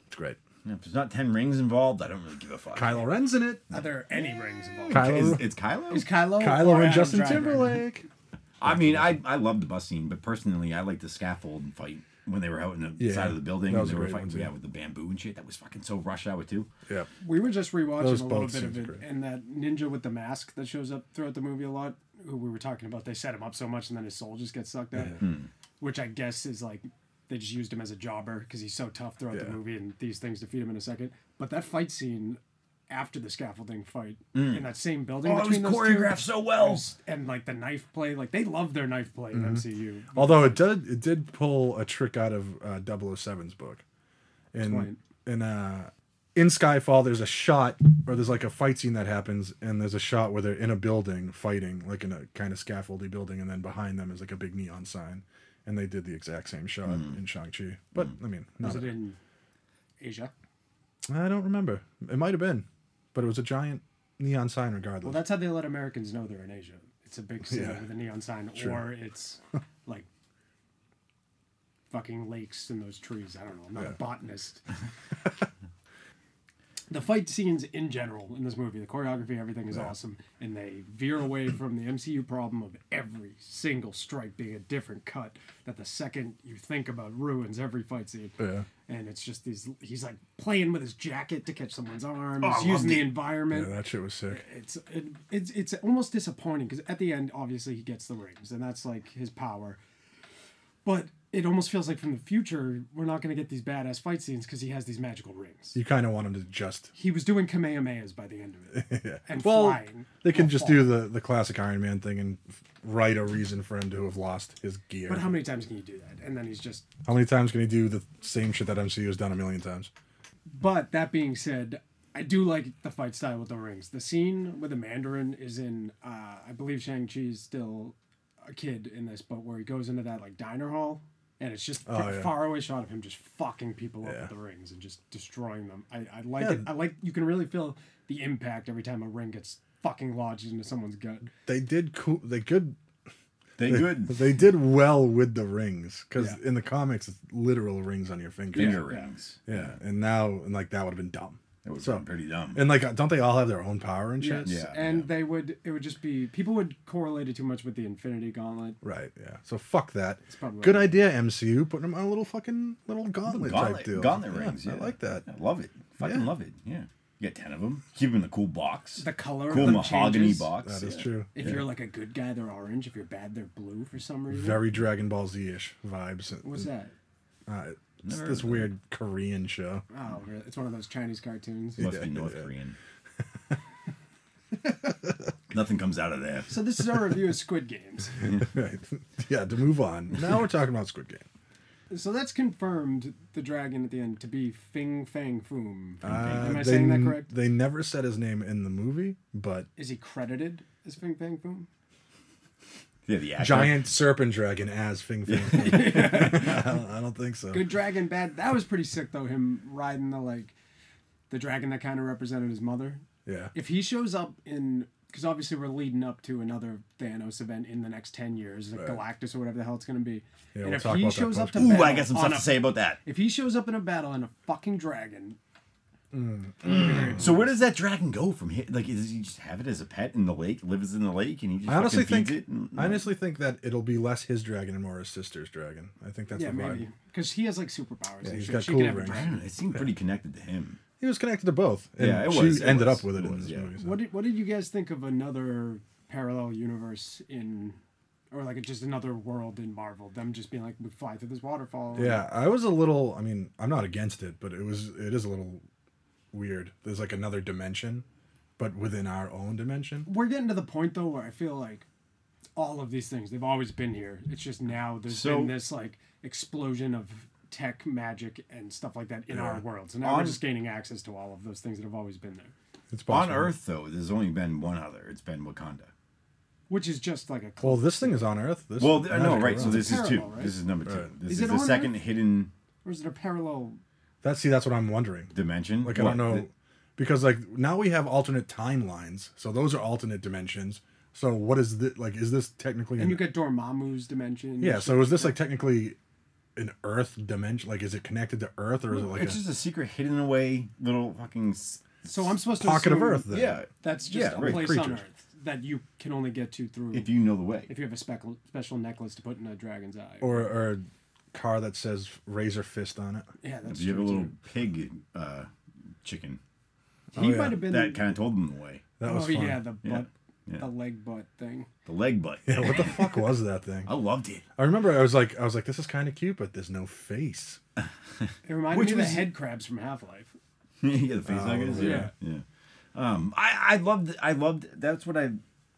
Speaker 2: It's great.
Speaker 1: If there's not ten rings involved, I don't really give a fuck.
Speaker 2: Kylo Ren's in it.
Speaker 3: Are there any rings involved?
Speaker 2: Kylo,
Speaker 1: Is- it's Kylo.
Speaker 3: Is Kylo, or
Speaker 2: Kylo and
Speaker 3: Adam
Speaker 2: Justin
Speaker 3: Driver?
Speaker 2: Timberlake.
Speaker 1: I mean, I I love the bus scene, but personally, I like the scaffold fight when they were out in the
Speaker 2: Yeah,
Speaker 1: side of the building
Speaker 2: that
Speaker 1: and
Speaker 2: was
Speaker 1: they
Speaker 2: a
Speaker 1: were
Speaker 2: great one,
Speaker 1: fighting
Speaker 2: too.
Speaker 1: yeah, with the bamboo and shit. That was fucking so rush hour too.
Speaker 2: Yeah.
Speaker 3: We were just rewatching
Speaker 2: Those
Speaker 3: a little
Speaker 2: both
Speaker 3: bit of
Speaker 2: scenes
Speaker 3: it,
Speaker 2: are great.
Speaker 3: and that ninja with the mask that shows up throughout the movie a lot, who we were talking about, they set him up so much, and then his soul just gets sucked out, which I guess is like they just used him as a jobber because he's so tough throughout the
Speaker 2: Yeah.
Speaker 3: movie, and these things defeat him in a second. But that fight scene after the scaffolding fight in that same building,
Speaker 1: Oh, it was
Speaker 3: between those
Speaker 1: choreographed
Speaker 3: two,
Speaker 1: so well.
Speaker 3: and like the knife play, like they love their knife play in MCU.
Speaker 2: Although it did it did pull a trick out of uh, 007's book. And
Speaker 3: Explain.
Speaker 2: in uh in Skyfall there's a shot or there's like a fight scene that happens and there's a shot where they're in a building fighting like in a kind of scaffoldy building and then behind them is like a big neon sign and they did the exact same shot in Shang-Chi. But I mean,
Speaker 3: Was
Speaker 2: not
Speaker 3: it in Asia?
Speaker 2: I don't remember. It might have been, but it was a giant neon sign regardless.
Speaker 3: Well, that's how they let Americans know they're in Asia. It's a big city
Speaker 2: Yeah,
Speaker 3: with a neon sign, or it's like fucking lakes and those trees. I don't know. I'm not a botanist. the fight scenes in general in this movie, the choreography, everything is awesome, and they veer away from the MCU problem of every single strike being a different cut that the second you think about ruins every fight scene.
Speaker 2: Yeah.
Speaker 3: And it's just these. He's like playing with his jacket to catch someone's arm.
Speaker 1: Oh, I
Speaker 3: he's using
Speaker 1: loved
Speaker 3: the
Speaker 1: it.
Speaker 2: yeah,
Speaker 3: environment
Speaker 2: that shit was sick.
Speaker 3: it's it, it's it's almost disappointing because at the end, obviously, he gets the rings, and that's like his power. But it almost feels like from the future, we're not going to get these badass fight scenes because he has these magical rings.
Speaker 2: You kind of want him to just
Speaker 3: He was doing kamehamehas by the end of it, and
Speaker 2: Well,
Speaker 3: flying.
Speaker 2: They can
Speaker 3: Well,
Speaker 2: just do the, the classic Iron Man thing and f- write a reason for him to have lost his gear.
Speaker 3: But how many times can you do that? And then he's just
Speaker 2: How many times can he do the same shit that MCU has done a million times?
Speaker 3: But that being said, I do like the fight style with the rings. The scene with the Mandarin is in, uh, I believe Shang Chi's still a kid in this, but where he goes into that like diner hall, and it's just a
Speaker 2: Oh, yeah.
Speaker 3: far away shot of him just fucking people up
Speaker 2: Yeah.
Speaker 3: with the rings and just destroying them. I, I like
Speaker 2: Yeah.
Speaker 3: it. I like you can really feel the impact every time a ring gets fucking lodged into someone's gut.
Speaker 2: They did cool. They good.
Speaker 1: They
Speaker 2: They,
Speaker 1: good
Speaker 2: they did well with the rings because
Speaker 3: Yeah.
Speaker 2: in the comics it's literal rings on your fingers.
Speaker 1: finger rings.
Speaker 2: Yeah. and now and like that would have been dumb.
Speaker 1: That was
Speaker 2: So-
Speaker 1: pretty dumb.
Speaker 2: And like, don't they all have their own power and shit?
Speaker 3: Yes,
Speaker 1: Yeah,
Speaker 3: and they would. It would just be people would correlate it too much with the Infinity Gauntlet.
Speaker 2: Right. Yeah. So fuck that.
Speaker 3: probably-
Speaker 2: Good idea, MCU. Putting them on a little fucking little gauntlet, type
Speaker 1: gauntlet,
Speaker 2: deal.
Speaker 1: gauntlet rings. Yeah,
Speaker 2: I like that.
Speaker 1: I love it. Fucking
Speaker 2: Yeah.
Speaker 1: love it. Yeah. You get ten of them. Keep them in the cool box.
Speaker 3: The color of
Speaker 1: Cool
Speaker 3: them
Speaker 1: mahogany
Speaker 3: changes.
Speaker 1: box.
Speaker 2: That is
Speaker 1: yeah.
Speaker 2: true.
Speaker 3: If you're like a good guy, they're orange. If you're bad, they're blue for some reason.
Speaker 2: very Dragon Ball Z ish vibes.
Speaker 3: What's that?
Speaker 2: Uh, it's
Speaker 1: Never
Speaker 2: this
Speaker 1: heard of
Speaker 2: weird Korean show.
Speaker 3: Oh, really? it's one of those Chinese cartoons.
Speaker 1: Must be
Speaker 2: Yeah,
Speaker 1: North
Speaker 2: yeah.
Speaker 1: Korean. Nothing comes out of there.
Speaker 3: So this is our review of Squid Games.
Speaker 2: Right. yeah, to move on. Now we're talking about Squid Game.
Speaker 3: So that's confirmed the dragon at the end to be Fing Fang Foom.
Speaker 2: Uh,
Speaker 3: Am I
Speaker 2: they
Speaker 3: saying that
Speaker 2: n-
Speaker 3: correct?
Speaker 2: They never said his name in the movie, but
Speaker 3: Is he credited as Fing Fang Foom?
Speaker 1: Yeah, the actor.
Speaker 2: giant serpent dragon as Fing Fang. Foom. I, don't, I don't think so.
Speaker 3: Good dragon, bad. That was pretty sick though. Him riding the like, the dragon that kind of represented his mother.
Speaker 2: Yeah.
Speaker 3: If he shows up in, because obviously we're leading up to another Thanos event in the next ten years, like Galactus or whatever the hell it's gonna be.
Speaker 2: Yeah,
Speaker 3: and
Speaker 2: we'll
Speaker 3: if
Speaker 2: talk
Speaker 3: he
Speaker 2: about that
Speaker 3: shows up to
Speaker 1: Ooh, I
Speaker 3: battle
Speaker 1: got some
Speaker 3: on
Speaker 1: stuff
Speaker 3: a
Speaker 1: to say about that.
Speaker 3: If he shows up in a battle and a fucking dragon,
Speaker 1: So where does that dragon go from here? Like, does he just have it as a pet in the lake? Lives in the lake, and he just
Speaker 2: I honestly
Speaker 1: fucking
Speaker 2: think
Speaker 1: feeds it. Mm, And, uh,
Speaker 2: I honestly think that it'll be less his dragon and more his sister's dragon. I think that's
Speaker 3: yeah,
Speaker 2: the vibe.
Speaker 3: maybe because he has like superpowers. and
Speaker 2: he's
Speaker 3: shit.
Speaker 2: got
Speaker 3: she
Speaker 2: cool
Speaker 3: could have a
Speaker 2: rings.
Speaker 1: I
Speaker 3: dragon.
Speaker 1: don't know. It seemed pretty connected to him.
Speaker 2: He was connected to both. And
Speaker 1: Yeah, it
Speaker 2: she
Speaker 1: was, it
Speaker 2: ended
Speaker 1: was,
Speaker 2: up with it,
Speaker 1: it
Speaker 2: in
Speaker 1: was,
Speaker 2: this
Speaker 1: yeah.
Speaker 2: movie. so.
Speaker 3: What did What did you guys think of another parallel universe in, or like just another world in Marvel? Them just being like, we fly through this waterfall.
Speaker 2: Yeah, I was a little. I mean, I'm not against it, but it was. It is a little weird. There's like another dimension, but within our own dimension.
Speaker 3: We're getting to the point though where I feel like all of these things they've always been here. It's just now there's
Speaker 1: So-
Speaker 3: been this like explosion of tech, magic, and stuff like that in our world. So now we're
Speaker 1: On-
Speaker 3: just gaining access to all of those things that have always been there.
Speaker 2: It's
Speaker 1: On
Speaker 2: possible.
Speaker 1: Earth, though, there's only been one other. It's been Wakanda.
Speaker 3: Which is just like a
Speaker 2: Well, this thing is on Earth. This
Speaker 1: Well, I know,
Speaker 2: magical
Speaker 1: right? So
Speaker 2: realm.
Speaker 1: this is two.
Speaker 3: Parallel, right?
Speaker 1: This is number two.
Speaker 2: Right.
Speaker 1: This
Speaker 3: Is
Speaker 1: is,
Speaker 3: it
Speaker 1: the
Speaker 3: on
Speaker 1: second hidden
Speaker 3: or is it a parallel
Speaker 2: That's see. That's what I'm wondering.
Speaker 1: dimension.
Speaker 2: Like I don't know, because like now we have alternate timelines. So those are alternate dimensions. So what is this? Like, is this technically?
Speaker 3: And
Speaker 2: an-
Speaker 3: you get Dormammu's dimension.
Speaker 2: yeah. So is this like technically an Earth dimension? Like, is it connected to Earth or is it like a
Speaker 1: it's just a secret, hidden away little fucking. s-
Speaker 3: so I'm supposed to
Speaker 2: pocket of
Speaker 3: assume
Speaker 2: Earth? Then?
Speaker 1: Yeah,
Speaker 3: That's just
Speaker 1: Yeah,
Speaker 3: a
Speaker 1: right,
Speaker 3: place on
Speaker 2: creatures.
Speaker 3: Earth that you can only get to through
Speaker 1: if you know the way.
Speaker 3: if you have a spec- special necklace to put in a dragon's eye.
Speaker 2: Or or car that says Razor Fist on it.
Speaker 3: Yeah, that's
Speaker 1: you have a
Speaker 3: true,
Speaker 1: little
Speaker 3: too.
Speaker 1: pig uh, chicken.
Speaker 3: He
Speaker 2: Oh, yeah.
Speaker 3: might have been
Speaker 1: oh, That kind of told them the way.
Speaker 2: That was
Speaker 3: oh
Speaker 2: fun.
Speaker 3: yeah, the butt,
Speaker 1: Yeah. Yeah.
Speaker 3: the leg butt thing.
Speaker 1: The leg butt.
Speaker 2: Yeah, what the fuck was that thing?
Speaker 1: I loved it.
Speaker 2: I remember I was like, I was like, this is kind of cute, but there's no face.
Speaker 3: It reminded
Speaker 1: Which
Speaker 3: me of
Speaker 1: was-
Speaker 3: the head crabs from Half Life.
Speaker 1: yeah, the face nuggets. Oh, Yeah, yeah. Um, I I loved I loved that's what I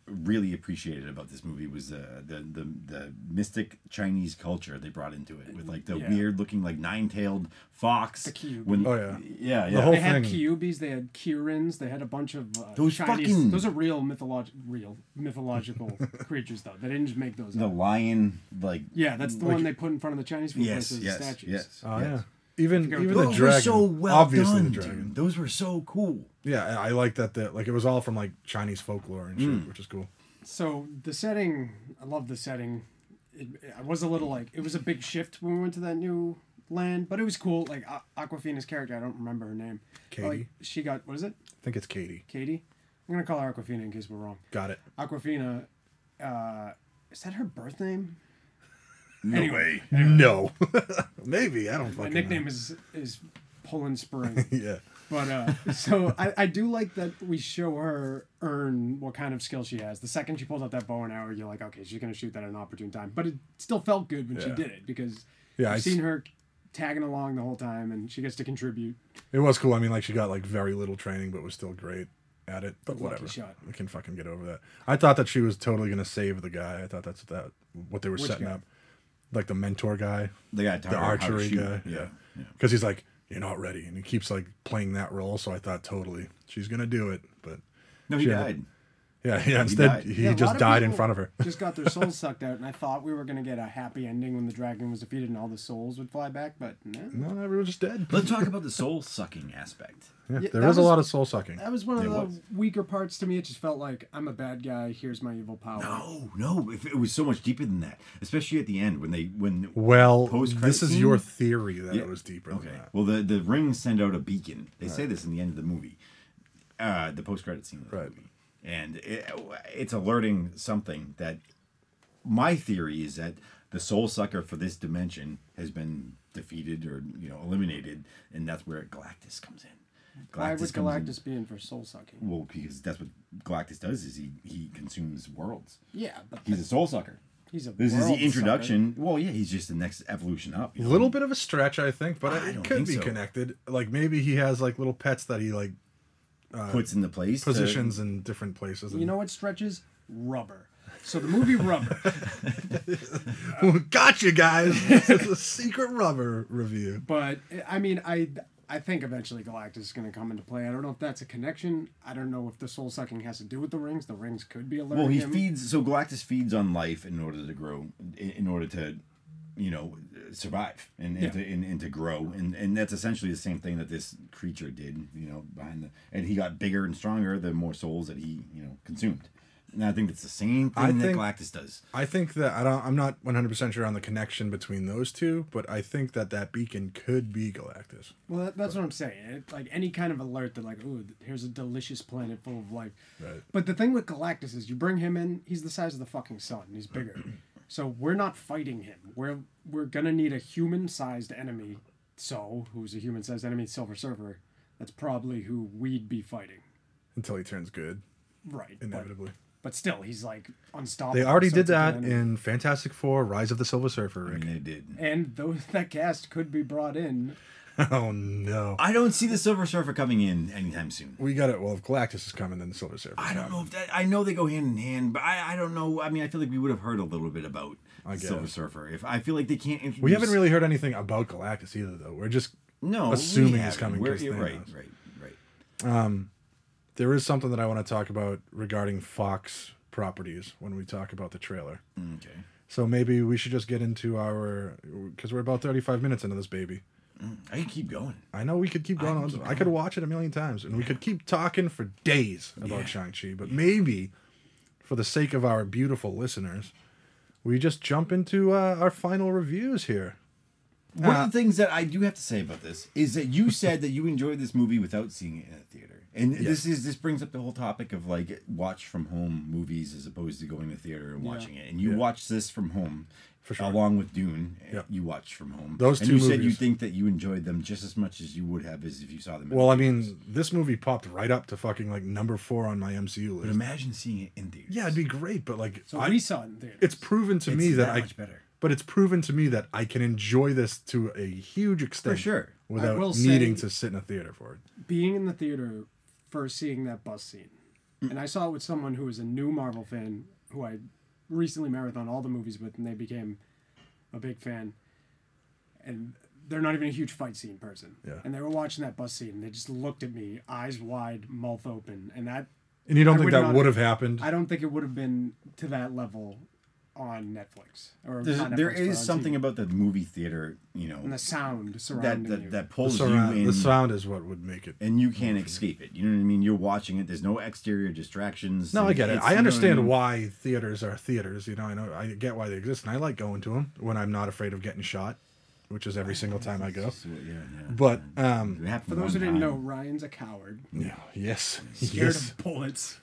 Speaker 1: really appreciated about this movie was uh, the the the mystic Chinese culture they brought into it with like the
Speaker 3: Yeah.
Speaker 1: weird looking like nine tailed fox.
Speaker 3: The cube.
Speaker 1: When,
Speaker 2: Oh, yeah.
Speaker 1: yeah, yeah.
Speaker 2: whole
Speaker 3: They had
Speaker 2: thing.
Speaker 3: Kyubis, they had Kirins, they had a bunch of uh,
Speaker 1: Those
Speaker 3: Chinese.
Speaker 1: fucking-
Speaker 3: Those are real mythologic, real mythological creatures though. They didn't just make those
Speaker 1: the
Speaker 3: up.
Speaker 1: lion like
Speaker 3: Yeah, that's the one they put in front of the Chinese people
Speaker 1: yes
Speaker 3: as
Speaker 1: yes
Speaker 3: statues.
Speaker 1: yes.
Speaker 2: Oh
Speaker 1: yes.
Speaker 2: yeah, even even the
Speaker 1: Those
Speaker 2: dragon.
Speaker 1: were so well
Speaker 2: obviously
Speaker 1: done,
Speaker 2: the dragon.
Speaker 1: dude. Those were so cool.
Speaker 2: Yeah, and I like that. That like it was all from like Chinese folklore and shit,
Speaker 3: Mm.
Speaker 2: which is cool.
Speaker 3: So the setting, I love the setting. It, I was a little like it was a big shift when we went to that new land, but it was cool. Like A- Aquafina's character, I don't remember her name. but, Like
Speaker 2: Katie.
Speaker 3: she got what is it?
Speaker 2: I think it's Katie.
Speaker 3: Katie. I'm gonna call her Aquafina in case we're wrong.
Speaker 2: Got it.
Speaker 3: Aquafina. Uh, is that her birth name?
Speaker 1: No
Speaker 3: Anyway,
Speaker 2: No, maybe I don't
Speaker 3: My
Speaker 2: fucking.
Speaker 3: nickname is is Poland Spring.
Speaker 2: Know. Yeah,
Speaker 3: But uh, so I, I do like that we show her earn what kind of skill she has. The second she pulled out that bow and arrow, you're like, okay, she's gonna shoot that at an opportune time. But it still felt good when she
Speaker 2: Yeah.
Speaker 3: did it because
Speaker 2: Yeah,
Speaker 3: I've
Speaker 2: I s-
Speaker 3: seen her tagging along the whole time, and she gets to contribute.
Speaker 2: it was cool. I mean, like she got like very little training, but was still great at it. But
Speaker 3: Lucky
Speaker 2: whatever,
Speaker 3: shot.
Speaker 2: we can fucking get over that. I thought that she was totally gonna save the guy. I thought that's that what they were setting
Speaker 3: guy?
Speaker 2: up, like the mentor guy,
Speaker 1: They got
Speaker 2: the archery guy.
Speaker 1: Yeah. yeah.
Speaker 2: because he's like, you're not ready, and he keeps like playing that role. So I thought totally she's gonna do it, but
Speaker 1: No, he
Speaker 2: She had a-
Speaker 1: died.
Speaker 2: yeah, yeah. Instead,
Speaker 1: died.
Speaker 2: he,
Speaker 3: Yeah, a lot
Speaker 2: just
Speaker 3: of
Speaker 2: died in
Speaker 3: people
Speaker 2: front of her.
Speaker 3: just got their souls sucked out, and I thought we were gonna get a happy ending when the dragon was defeated and all the souls would fly back, but no.
Speaker 2: No, everyone's just dead.
Speaker 1: Let's talk about the soul sucking aspect.
Speaker 2: Yeah,
Speaker 3: Yeah,
Speaker 2: there
Speaker 3: that
Speaker 2: is a
Speaker 3: was-
Speaker 2: lot of soul sucking.
Speaker 3: That was one of
Speaker 1: It
Speaker 3: the
Speaker 1: was.
Speaker 3: weaker parts to me. It just felt like I'm a bad guy. Here's my evil power.
Speaker 1: No, Oh, no, if it was so much deeper than that, especially at the end when they when
Speaker 2: Well,
Speaker 1: Post-credit
Speaker 2: this is
Speaker 1: scene?
Speaker 2: your theory that
Speaker 1: Yeah.
Speaker 2: it was deeper
Speaker 1: okay.
Speaker 2: than that.
Speaker 1: Well, the the rings send out a beacon. They say this in the end of the movie, uh, the post credit scene. Of the
Speaker 2: Right.
Speaker 1: Movie. And it, it's alerting something that my theory is that the soul sucker for this dimension has been defeated or you know eliminated, and that's where Galactus comes in.
Speaker 3: Why would
Speaker 1: comes in-
Speaker 3: Galactus be in for soul sucking?
Speaker 1: Well, because that's what Galactus does is he he consumes worlds.
Speaker 3: Yeah, but
Speaker 1: He's a soul sucker.
Speaker 3: he's a.
Speaker 1: This is
Speaker 3: world
Speaker 1: the introduction. Well, yeah, he's just the next evolution up. you
Speaker 2: A
Speaker 1: know?
Speaker 2: little bit of a stretch, I think, but it
Speaker 1: don't
Speaker 2: could
Speaker 1: think
Speaker 2: be
Speaker 1: so.
Speaker 2: connected. Like maybe he has like little pets that he like
Speaker 1: puts into place to-
Speaker 2: positions in different places.
Speaker 3: sucker. You know what stretches? Rubber. So the movie Rubber.
Speaker 2: and- gotcha, guys. this is a secret rubber review.
Speaker 3: but I mean, I I think eventually Galactus is going to come into play. I don't know if that's a connection. I don't know if the soul sucking has to do with the rings. The rings could be alerting
Speaker 1: well, he
Speaker 3: him.
Speaker 1: feeds. So Galactus feeds on life in order to grow, in in order to, you know, survive and, and,
Speaker 3: Yeah.
Speaker 1: to, and, and to grow, and and that's essentially the same thing that this creature did. You know, behind the and he got bigger and stronger the more souls that he you know consumed. And I think it's the same
Speaker 2: I
Speaker 1: thing that
Speaker 2: think-
Speaker 1: Galactus does.
Speaker 2: I think that I don't. I'm not 100 percent sure on the connection between those two, but I think that that beacon could be Galactus.
Speaker 3: Well, that, that's what I'm saying. It, like any kind of alert that, like, ooh, th- here's a delicious planet full of life.
Speaker 2: Right.
Speaker 3: But the thing with Galactus is, you bring him in, he's the size of the fucking sun. He's bigger, so we're not fighting him. We're we're gonna need a human-sized enemy. So, who's a human-sized enemy? Silver Surfer. That's probably who we'd be fighting.
Speaker 2: Until he turns good,
Speaker 3: Right. But,
Speaker 2: inevitably.
Speaker 3: but still, he's like unstoppable.
Speaker 2: They already
Speaker 3: so
Speaker 2: did
Speaker 3: it's a good
Speaker 2: that
Speaker 3: enemy.
Speaker 2: in Fantastic Four: Rise of the Silver Surfer.
Speaker 1: I
Speaker 2: Rick.
Speaker 1: mean, they did.
Speaker 3: And those that cast could be brought in.
Speaker 1: Mm.
Speaker 2: Oh no.
Speaker 1: I don't see the Silver Surfer coming in anytime soon.
Speaker 2: We got it. Well, if Galactus is coming, then the Silver Surfer.
Speaker 1: I don't know if that. I know they go hand in hand, but I, I don't know. I mean, I feel like we would have heard a little bit about the
Speaker 2: guess.
Speaker 1: Silver Surfer. If I feel like they can't introduce,
Speaker 2: We haven't really heard anything about Galactus either, though. We're just
Speaker 1: no we
Speaker 2: assuming he's
Speaker 1: haven't.
Speaker 2: coming.
Speaker 1: We're,
Speaker 2: 'cause
Speaker 1: yeah, right,
Speaker 2: Thanos.
Speaker 1: right, right.
Speaker 2: There is something that I want to talk about regarding Fox properties when we talk about the trailer.
Speaker 1: Okay.
Speaker 2: So maybe we should just get into our because we're about thirty-five minutes into this baby.
Speaker 1: I can keep going.
Speaker 2: I know we could keep going. on. I could watch it a million times, and we could keep talking for days about Shang Chi. But maybe, for the sake of our beautiful listeners, we just jump into uh, our final reviews here.
Speaker 1: One of the things that I do have to say about this is that you said that you enjoyed this movie without seeing it in a theater, and this is this brings up the whole topic of like watch from home movies as opposed to going to theater and watching it. And you watched this from home,
Speaker 2: For sure.
Speaker 1: along with Dune.
Speaker 2: Yeah.
Speaker 1: You watched from home.
Speaker 2: Those
Speaker 1: and
Speaker 2: two
Speaker 1: you said you
Speaker 2: movies.
Speaker 1: think that you enjoyed them just as much as you would have as if you saw them. in
Speaker 2: Well, I
Speaker 1: theaters.
Speaker 2: mean, this movie popped right up to fucking like number four on my MCU
Speaker 1: but
Speaker 2: list.
Speaker 1: imagine seeing it in theaters.
Speaker 2: Yeah, it'd be great, but like,
Speaker 3: So
Speaker 2: I-
Speaker 3: we saw it in theaters.
Speaker 2: it's proven to
Speaker 1: It's
Speaker 2: me that,
Speaker 1: that
Speaker 2: I.
Speaker 1: much better.
Speaker 2: But it's proven to me that I can enjoy this to a huge extent
Speaker 1: sure. I
Speaker 2: without
Speaker 3: will
Speaker 2: needing
Speaker 3: say-
Speaker 2: to sit in a theater for it.
Speaker 3: being in the theater for seeing that bus scene. And I saw it with someone who was a new Marvel fan who I recently marathoned all the movies with, and they became a big fan. And they're not even a huge fight scene person.
Speaker 2: Yeah.
Speaker 3: And they were watching that bus scene, and they just looked at me, eyes wide, mouth open. And that,
Speaker 2: And you don't
Speaker 3: I
Speaker 2: think
Speaker 3: would
Speaker 2: that
Speaker 3: not-
Speaker 2: would have happened?
Speaker 3: I don't think it would have been to that level on Netflix. Or
Speaker 1: There's,
Speaker 3: not
Speaker 1: there
Speaker 3: Netflix, but
Speaker 1: is
Speaker 3: on
Speaker 1: something
Speaker 3: TV.
Speaker 1: about the movie theater, you know,
Speaker 3: And the sound surrounding
Speaker 1: that that,
Speaker 3: you.
Speaker 1: that
Speaker 2: the,
Speaker 1: pulls
Speaker 2: surround,
Speaker 1: you in.
Speaker 2: the sound is what would make it.
Speaker 1: and you can't escape it. You know what I mean? You're watching it. There's no exterior distractions.
Speaker 2: No, I
Speaker 1: and
Speaker 2: get it.
Speaker 1: it's- you know
Speaker 2: I
Speaker 1: what
Speaker 2: understand
Speaker 1: mean?
Speaker 2: why theaters are theaters. You know, I know I get why they exist, and I like going to them when I'm not afraid of getting shot, which is every single time I go.
Speaker 1: So, yeah, yeah.
Speaker 2: But um,
Speaker 1: It happened
Speaker 3: For those who
Speaker 1: one
Speaker 3: didn't know,
Speaker 1: time.
Speaker 3: Ryan's a coward.
Speaker 2: yeah, yes,
Speaker 3: Scared
Speaker 2: yes.
Speaker 3: of bullets.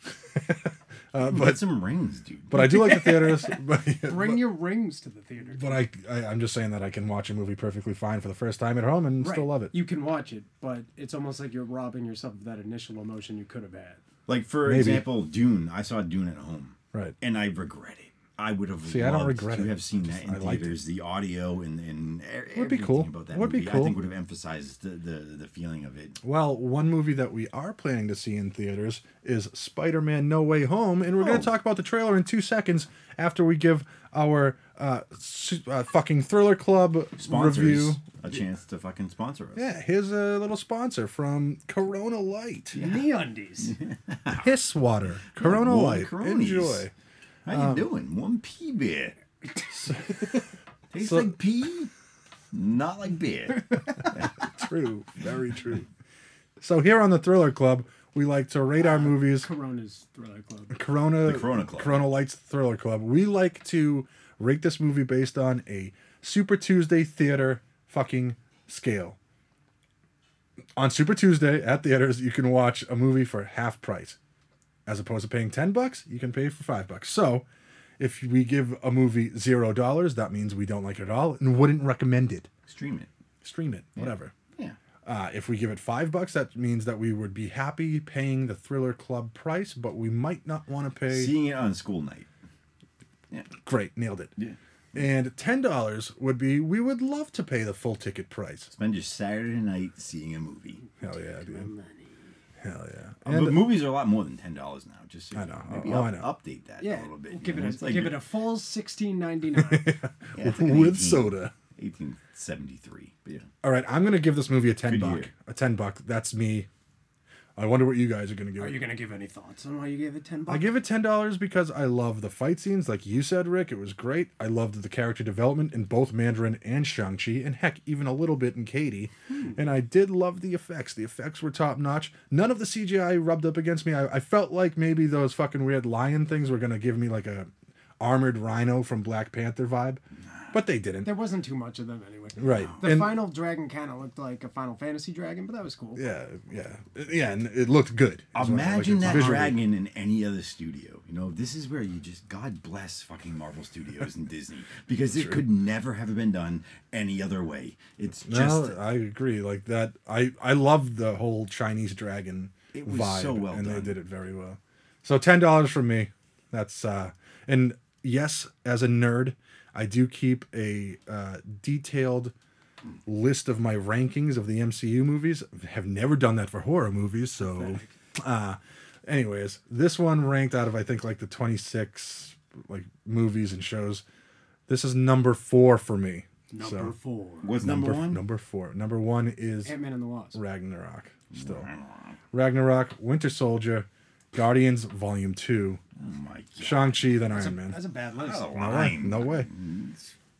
Speaker 1: Get some rings, dude.
Speaker 2: But I do like the theaters. But,
Speaker 3: Bring your rings to the theater.
Speaker 2: but I, I, I'm just saying that I can watch a movie perfectly fine for the first time at home and still
Speaker 3: Right.
Speaker 2: love it.
Speaker 3: You can watch it, but it's almost like you're robbing yourself of that initial emotion you could have had.
Speaker 1: like for
Speaker 2: Maybe.
Speaker 1: example, Dune. I saw Dune at home,
Speaker 2: Right.
Speaker 1: and I regret it. I would have
Speaker 2: See, I
Speaker 1: loved
Speaker 2: don't regret
Speaker 1: to
Speaker 2: it.
Speaker 1: have seen that in
Speaker 2: I liked it.
Speaker 1: theaters. The audio and and e-
Speaker 2: Would be
Speaker 1: everything
Speaker 2: cool.
Speaker 1: about that
Speaker 2: Would be
Speaker 1: movie, I
Speaker 2: cool.
Speaker 1: think would have emphasized the, the the feeling of it.
Speaker 2: Well, one movie that we are planning to see in theaters is Spider Man No Way Home, and we're going to talk about the trailer in two seconds after we give our uh, su- uh, fucking Thriller Club
Speaker 1: Sponsors
Speaker 2: review.
Speaker 1: a chance to fucking sponsor us.
Speaker 2: Yeah, here's a little sponsor from Corona Light.
Speaker 3: Me undies.
Speaker 2: Piss water. Corona
Speaker 1: warm
Speaker 2: Light.
Speaker 1: Coronas.
Speaker 2: Enjoy.
Speaker 1: How you doing? One pea beer. Tastes
Speaker 2: So-
Speaker 1: like pea, not like beer.
Speaker 2: True. Very true. So here on the Thriller Club, we like to rate our movies
Speaker 3: Corona's Thriller Club.
Speaker 2: Corona
Speaker 1: The Corona Club.
Speaker 2: Corona Lights Thriller Club. We like to rate this movie based on a Super Tuesday theater fucking scale. On Super Tuesday at theaters, you can watch a movie for half price. As opposed to paying 10 bucks, you can pay for 5 bucks. So, if we give a movie $0, that means we don't like it at all and wouldn't recommend it.
Speaker 1: Stream it.
Speaker 2: Stream it, whatever.
Speaker 1: Yeah.
Speaker 2: Uh, if we give it five bucks, that means that we would be happy paying the Thriller Club price, but we might not want to pay.
Speaker 1: Seeing it on school night.
Speaker 2: Great, nailed it.
Speaker 1: Yeah.
Speaker 2: And ten dollars would be we would love to pay the full ticket price.
Speaker 1: Spend your Saturday night seeing a movie.
Speaker 2: Hell yeah, dude. Hell yeah.
Speaker 1: Uh, but movies are a lot more than ten dollars now. Just so
Speaker 2: I
Speaker 1: you
Speaker 2: know.
Speaker 1: Maybe
Speaker 2: Oh,
Speaker 1: up-
Speaker 2: I know.
Speaker 1: update that
Speaker 3: Yeah,
Speaker 1: a little bit. you
Speaker 3: give it
Speaker 1: know?
Speaker 3: a
Speaker 1: It's like-
Speaker 3: give it a full sixteen ninety nine.
Speaker 1: yeah, it's like an
Speaker 2: With
Speaker 1: 18
Speaker 2: soda.
Speaker 1: 1873. But yeah.
Speaker 2: All right, I'm gonna give this movie a ten
Speaker 1: Good
Speaker 2: buck.
Speaker 1: year.
Speaker 2: A ten buck. That's me. I wonder what you guys are gonna give.
Speaker 3: Are
Speaker 2: it.
Speaker 3: you gonna give any thoughts on why you gave it ten bucks?
Speaker 2: I give it ten dollars because I love the fight scenes, like you said, Rick. It was great. I loved the character development in both Mandarin and Shang Chi, and heck, even a little bit in Katie.
Speaker 1: Hmm.
Speaker 2: And I did love the effects. The effects were top notch. None of the CGI rubbed up against me. I, I felt like maybe those fucking weird lion things were gonna give me like a armored rhino from Black Panther vibe, but they didn't.
Speaker 3: there wasn't too much of them anyway.
Speaker 2: Right.
Speaker 3: The
Speaker 2: And-
Speaker 3: final dragon kind of looked like a Final Fantasy dragon, but that was cool.
Speaker 2: yeah, yeah, yeah, and it looked good. is what I- like,
Speaker 1: Imagine
Speaker 2: it's
Speaker 1: that
Speaker 2: visually-
Speaker 1: dragon in any other studio. You know, this is where you just God bless fucking Marvel Studios and Disney because it could never have been done any other way. It's just
Speaker 2: no, uh, I agree. Like that, I I love the whole Chinese dragon
Speaker 1: It was
Speaker 2: vibe,
Speaker 1: so well
Speaker 2: and they
Speaker 1: done.
Speaker 2: did it very well. So ten dollars from me. That's uh, and yes, as a nerd, I do keep a uh, detailed list of my rankings of the MCU movies. Have never done that for horror movies, so. Uh, anyways, this one ranked out of I think like the twenty six like movies and shows. This is number four for me.
Speaker 3: Number
Speaker 2: so.
Speaker 3: four.
Speaker 1: was number, one.
Speaker 2: Number four. Number one is
Speaker 3: Ant Man and the Wasp.
Speaker 2: Ragnarok. Still, Ragnarok, Winter Soldier, Guardians Volume Two,
Speaker 1: Oh my Oh, god.
Speaker 2: Shang Chi, then Iron Man.
Speaker 3: That's a bad list.
Speaker 1: Out of
Speaker 2: No way.
Speaker 1: line.
Speaker 2: No way.